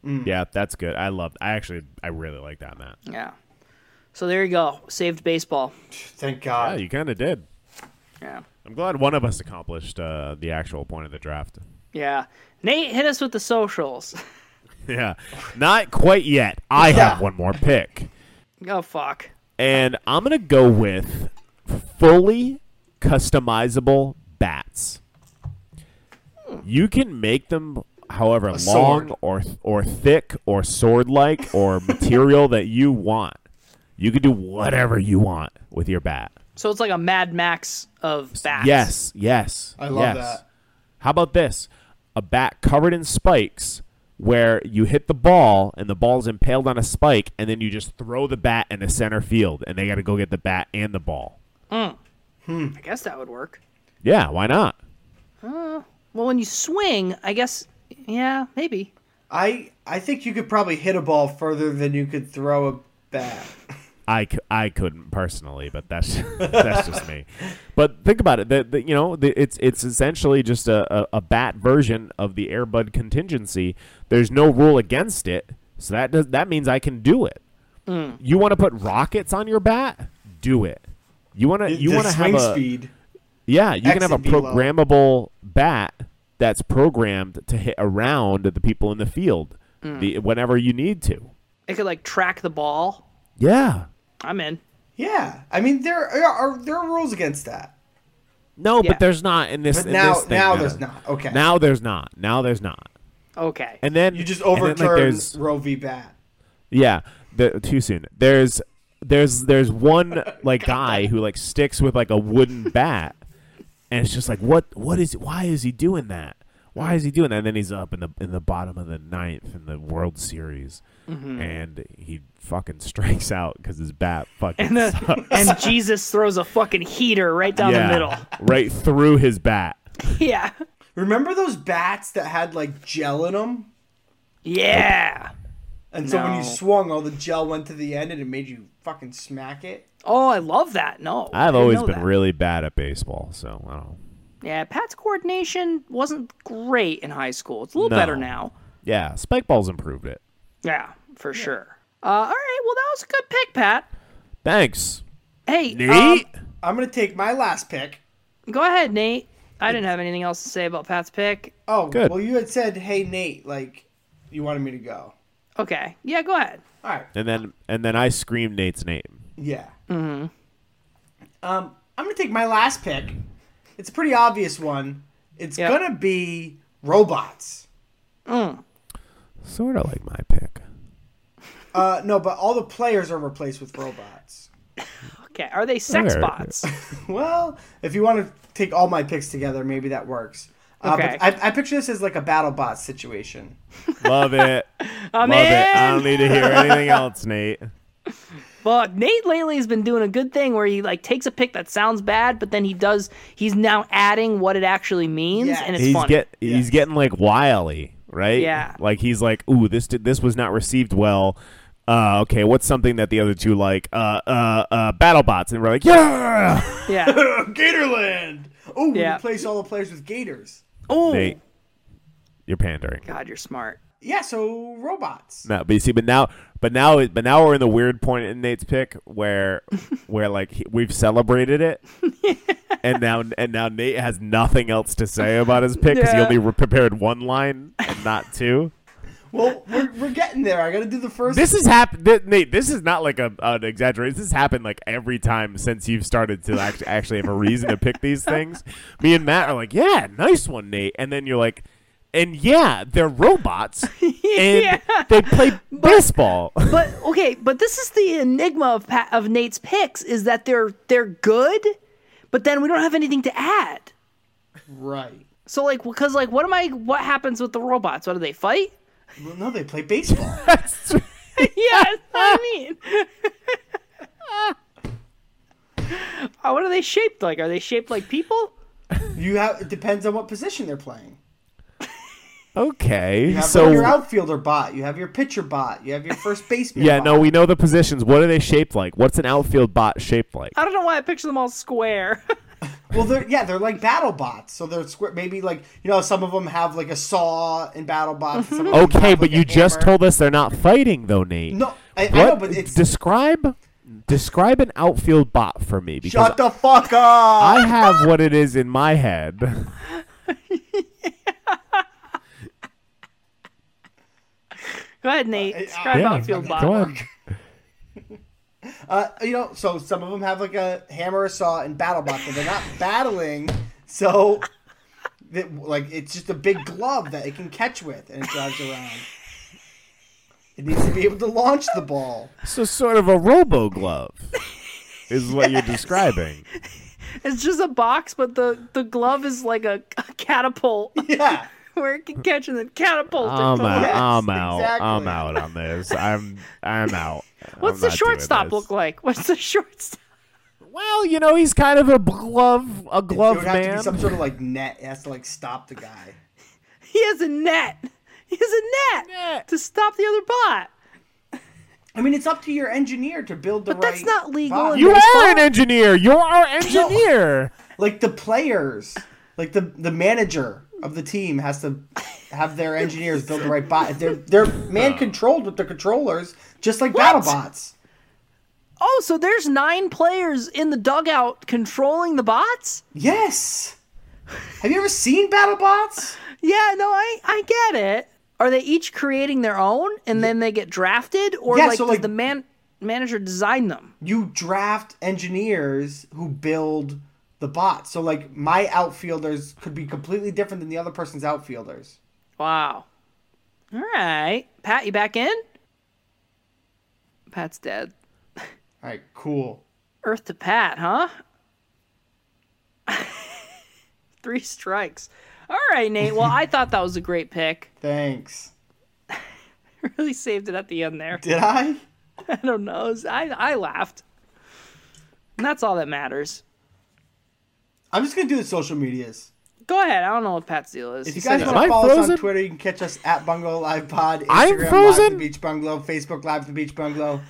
Speaker 2: Yeah, that's good. I love. I actually I really like that, Matt.
Speaker 1: Yeah. So there you go. Saved baseball.
Speaker 3: Thank
Speaker 2: Yeah,
Speaker 3: God.
Speaker 2: Oh, you kind of did.
Speaker 1: Yeah.
Speaker 2: I'm glad one of us accomplished uh, the actual point of the draft.
Speaker 1: Yeah. Nate hit us with the socials.
Speaker 2: Yeah. Not quite yet. I have one more pick.
Speaker 1: Oh fuck.
Speaker 2: And I'm going to go with fully customizable bats. You can make them however long
Speaker 3: sword.
Speaker 2: or or thick or sword like or material that you want. You can do whatever you want with your bat.
Speaker 1: So it's like a Mad Max of bats.
Speaker 2: Yes, yes.
Speaker 3: I love
Speaker 2: yes.
Speaker 3: that.
Speaker 2: How about this? A bat covered in spikes where you hit the ball and the ball's impaled on a spike and then you just throw the bat in the center field and they got to go get the bat and the ball.
Speaker 1: I guess that would work.
Speaker 2: Yeah, why not?
Speaker 1: Well, when you swing, I guess, yeah, maybe.
Speaker 3: I I think you could probably hit a ball further than you could throw a bat.
Speaker 2: I, c- I couldn't personally, but that's that's just me. But think about it. The, the, you know, the, it's it's essentially just a, a, a bat version of the Airbud contingency. There's no rule against it, so that does that means I can do it. You want to put rockets on your bat? Do it. You want to you
Speaker 3: The
Speaker 2: want to have
Speaker 3: swing
Speaker 2: a
Speaker 3: speed.
Speaker 2: yeah. You can have a
Speaker 3: exit below.
Speaker 2: programmable bat that's programmed to hit around the people in the field the, whenever you need to.
Speaker 1: It could like track the ball.
Speaker 2: Yeah.
Speaker 1: I'm in.
Speaker 3: Yeah, I mean there are there are rules against that.
Speaker 2: No,
Speaker 1: Yeah.
Speaker 2: but there's not in this.
Speaker 3: But
Speaker 2: in
Speaker 3: now-
Speaker 2: this thing,
Speaker 3: now
Speaker 2: no.
Speaker 3: there's not. Okay.
Speaker 2: Now there's not. Now there's not.
Speaker 1: Okay.
Speaker 2: And then
Speaker 3: You just
Speaker 2: and then, like,
Speaker 3: overturn
Speaker 2: there's-
Speaker 3: Roe v. Bat.
Speaker 2: yeah, the, too soon. There's there's there's one like guy who like sticks with like a wooden bat, and it's just like what what is why is he doing that? Why is he doing that? And then he's up in the in the bottom of the ninth in the World Series,
Speaker 3: Mm-hmm.
Speaker 2: and he fucking strikes out because his bat fucking
Speaker 1: And, the,
Speaker 2: sucks.
Speaker 1: and Jesus throws a fucking heater right down
Speaker 2: yeah,
Speaker 1: the middle.
Speaker 2: right through his bat.
Speaker 1: Yeah.
Speaker 3: Remember those bats that had like gel in them?
Speaker 1: Yeah.
Speaker 3: And so when
Speaker 1: No.
Speaker 3: you swung, all the gel went to the end, and it made you fucking smack it.
Speaker 1: Oh, I love that. No. I
Speaker 2: I've
Speaker 1: didn't
Speaker 2: always
Speaker 1: know
Speaker 2: been
Speaker 1: that.
Speaker 2: really bad at baseball, so I don't know.
Speaker 1: Yeah, Pat's coordination wasn't great in high school. It's a little
Speaker 2: No.
Speaker 1: better now.
Speaker 2: Yeah, spike balls improved it.
Speaker 1: Yeah, for sure. Uh, all right. Well, that was a good pick, Pat.
Speaker 2: Thanks.
Speaker 1: Hey, um,
Speaker 2: Nate?
Speaker 3: I'm gonna take my last pick.
Speaker 1: go ahead, Nate. I didn't have anything else to say about Pat's pick.
Speaker 3: Oh,
Speaker 2: Good.
Speaker 3: well, you had said, "Hey Nate," like you wanted me to go.
Speaker 1: Okay. Yeah, go ahead.
Speaker 3: All right.
Speaker 2: and then and then I screamed Nate's name.
Speaker 3: Yeah. Mm-hmm. Um, I'm gonna take my last pick. It's a pretty obvious one. It's
Speaker 1: Yeah.
Speaker 3: gonna be robots.
Speaker 2: Sort of like my pick.
Speaker 3: Uh, no, but all the players are replaced with robots.
Speaker 1: Okay. Are they sex
Speaker 2: Alright.
Speaker 1: bots?
Speaker 3: Well, if you want to take all my picks together, maybe that works. Uh,
Speaker 1: Okay.
Speaker 3: But I, I picture this as like a BattleBots situation.
Speaker 2: Love it.
Speaker 1: I'm
Speaker 2: Love it. I
Speaker 1: in.
Speaker 2: don't need to hear anything else, Nate.
Speaker 1: Fuck. Nate lately has been doing a good thing where he like takes a pick that sounds bad, but then he does. He's now adding what it actually means,
Speaker 3: Yes.
Speaker 1: and it's
Speaker 2: He's
Speaker 1: funny.
Speaker 2: get he's getting like wily, right?
Speaker 1: Yeah.
Speaker 2: Like he's like, ooh, this did this was not received well. Uh, okay, what's something that the other two like? Uh, uh, uh, BattleBots, and we're like, yeah.
Speaker 1: yeah.
Speaker 3: Gatorland. Oh, we
Speaker 1: Yeah.
Speaker 3: replace all the players with gators.
Speaker 1: Oh.
Speaker 2: Nate, you're pandering.
Speaker 1: God, you're smart.
Speaker 3: Yeah, so robots.
Speaker 2: No, but you see, but now, but now, it- but now we're in the weird point in Nate's pick where, where like he- we've celebrated it, and now and now Nate has nothing else to say about his pick because
Speaker 1: Yeah.
Speaker 2: he only re- prepared one line, and not two.
Speaker 3: Well, we're, we're getting there. I got to do the first.
Speaker 2: This has happened, th- Nate. This is not like a an exaggeration. This has happened like every time since you've started to actually actually have a reason to pick these things. Me and Matt are like, yeah, nice one, Nate, and then you're like. And yeah, they're robots, and
Speaker 1: Yeah.
Speaker 2: they play baseball.
Speaker 1: But okay, but this is the enigma of Pat, of Nate's picks is that they're they're good, but then we don't have anything to add.
Speaker 3: right.
Speaker 1: So like, because like, what am I? What happens with the robots? What do they fight?
Speaker 3: Well, no, they play baseball.
Speaker 1: yeah, that's what I mean. oh, what are they shaped like? Are they shaped like people?
Speaker 3: you have it depends on what position they're playing.
Speaker 2: Okay.
Speaker 3: You have
Speaker 2: so
Speaker 3: like, your outfielder bot. You have your pitcher bot. You have your first baseman.
Speaker 2: yeah, no,
Speaker 3: bot.
Speaker 2: we know the positions. What are they shaped like? What's an outfield bot shaped like?
Speaker 1: I don't know why I picture them all square.
Speaker 3: Well, they're yeah, they're like battle bots. So they're square. Maybe like you know, some of them have like a saw in battle bots. and some of them
Speaker 2: Mm-hmm. Okay,
Speaker 3: have,
Speaker 2: but
Speaker 3: like,
Speaker 2: you
Speaker 3: a
Speaker 2: just
Speaker 3: hammer.
Speaker 2: told us they're not fighting though, Nate.
Speaker 3: No, I, I
Speaker 2: What-
Speaker 3: know, but it's
Speaker 2: describe describe an outfield bot for me because
Speaker 3: shut the fuck up.
Speaker 2: I have what it is in my head.
Speaker 1: Go ahead, Nate. Describe
Speaker 2: Uh, Yeah,
Speaker 1: outfield
Speaker 2: go
Speaker 1: bottom.
Speaker 2: on.
Speaker 3: Uh, you know, so some of them have like a hammer, a saw, and battle box, but they're not battling. So, that like, it's just a big glove that it can catch with, and it drives around. It needs to be able to launch the ball.
Speaker 2: So sort of a robo glove is what you're describing.
Speaker 1: It's just a box, but the, the glove is like a, a catapult
Speaker 3: Yeah,
Speaker 1: where it can catch and then catapult.
Speaker 2: I'm
Speaker 1: it.
Speaker 2: out.
Speaker 3: Yes,
Speaker 2: I'm out. I'm
Speaker 3: exactly.
Speaker 2: out on this. I'm I'm out.
Speaker 1: What's
Speaker 2: I'm
Speaker 1: the
Speaker 2: not doing
Speaker 1: shortstop
Speaker 2: this.
Speaker 1: look like? What's the shortstop?
Speaker 2: Well, you know, he's kind of a glove a
Speaker 3: it
Speaker 2: glove
Speaker 3: would have to
Speaker 2: man.
Speaker 3: be some sort of like net. It has to like stop the guy.
Speaker 1: He has a net. He has a net,
Speaker 2: Net.
Speaker 1: to stop the other bot.
Speaker 3: I mean, it's up to your engineer to build the
Speaker 1: But
Speaker 3: right.
Speaker 1: that's not legal
Speaker 3: bot.
Speaker 1: in
Speaker 2: you
Speaker 1: baseball.
Speaker 2: are an engineer. You're our engineer.
Speaker 3: like the players, like the the manager of the team has to have their engineers build the right bot. They're they're
Speaker 2: Uh.
Speaker 3: man controlled with their controllers, just like battle bots.
Speaker 1: Oh, so there's nine players in the dugout controlling the bots?
Speaker 3: Yes. Have you ever seen battle bots?
Speaker 1: Yeah, no, I I get it. Are they each creating their own and then they get drafted, or
Speaker 3: Yeah,
Speaker 1: like
Speaker 3: so,
Speaker 1: does
Speaker 3: like-
Speaker 1: the man manager design them?
Speaker 3: You draft engineers who build the bots. So like my outfielders could be completely different than the other person's outfielders.
Speaker 1: Wow. All right, Pat, you back in? Pat's dead.
Speaker 3: All right, cool.
Speaker 1: Earth to Pat, huh? Three strikes. All right, Nate. Well, I thought that was a great pick.
Speaker 3: Thanks.
Speaker 1: Really saved it at the end there.
Speaker 3: Did I?
Speaker 1: I don't know. It was- I I laughed. And that's all that matters.
Speaker 3: I'm just gonna do the social medias.
Speaker 1: Go ahead. I don't know what Pat's deal is.
Speaker 3: If
Speaker 1: He
Speaker 3: you
Speaker 1: said
Speaker 3: guys
Speaker 1: it.
Speaker 3: want to
Speaker 2: Am I
Speaker 3: follow us on
Speaker 2: frozen?
Speaker 3: Twitter, you can catch us at Bungalow Live Pod, Instagram
Speaker 2: I'm
Speaker 3: Live
Speaker 2: frozen?
Speaker 3: the Beach Bungalow, Facebook Live the Beach Bungalow.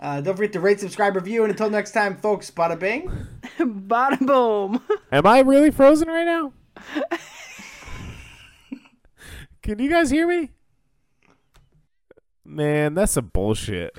Speaker 3: Uh, don't forget to rate, subscribe, review, and until next time, folks. Bada bing.
Speaker 1: bada boom.
Speaker 2: Am I really frozen right now? Can you guys hear me? Man, that's some bullshit.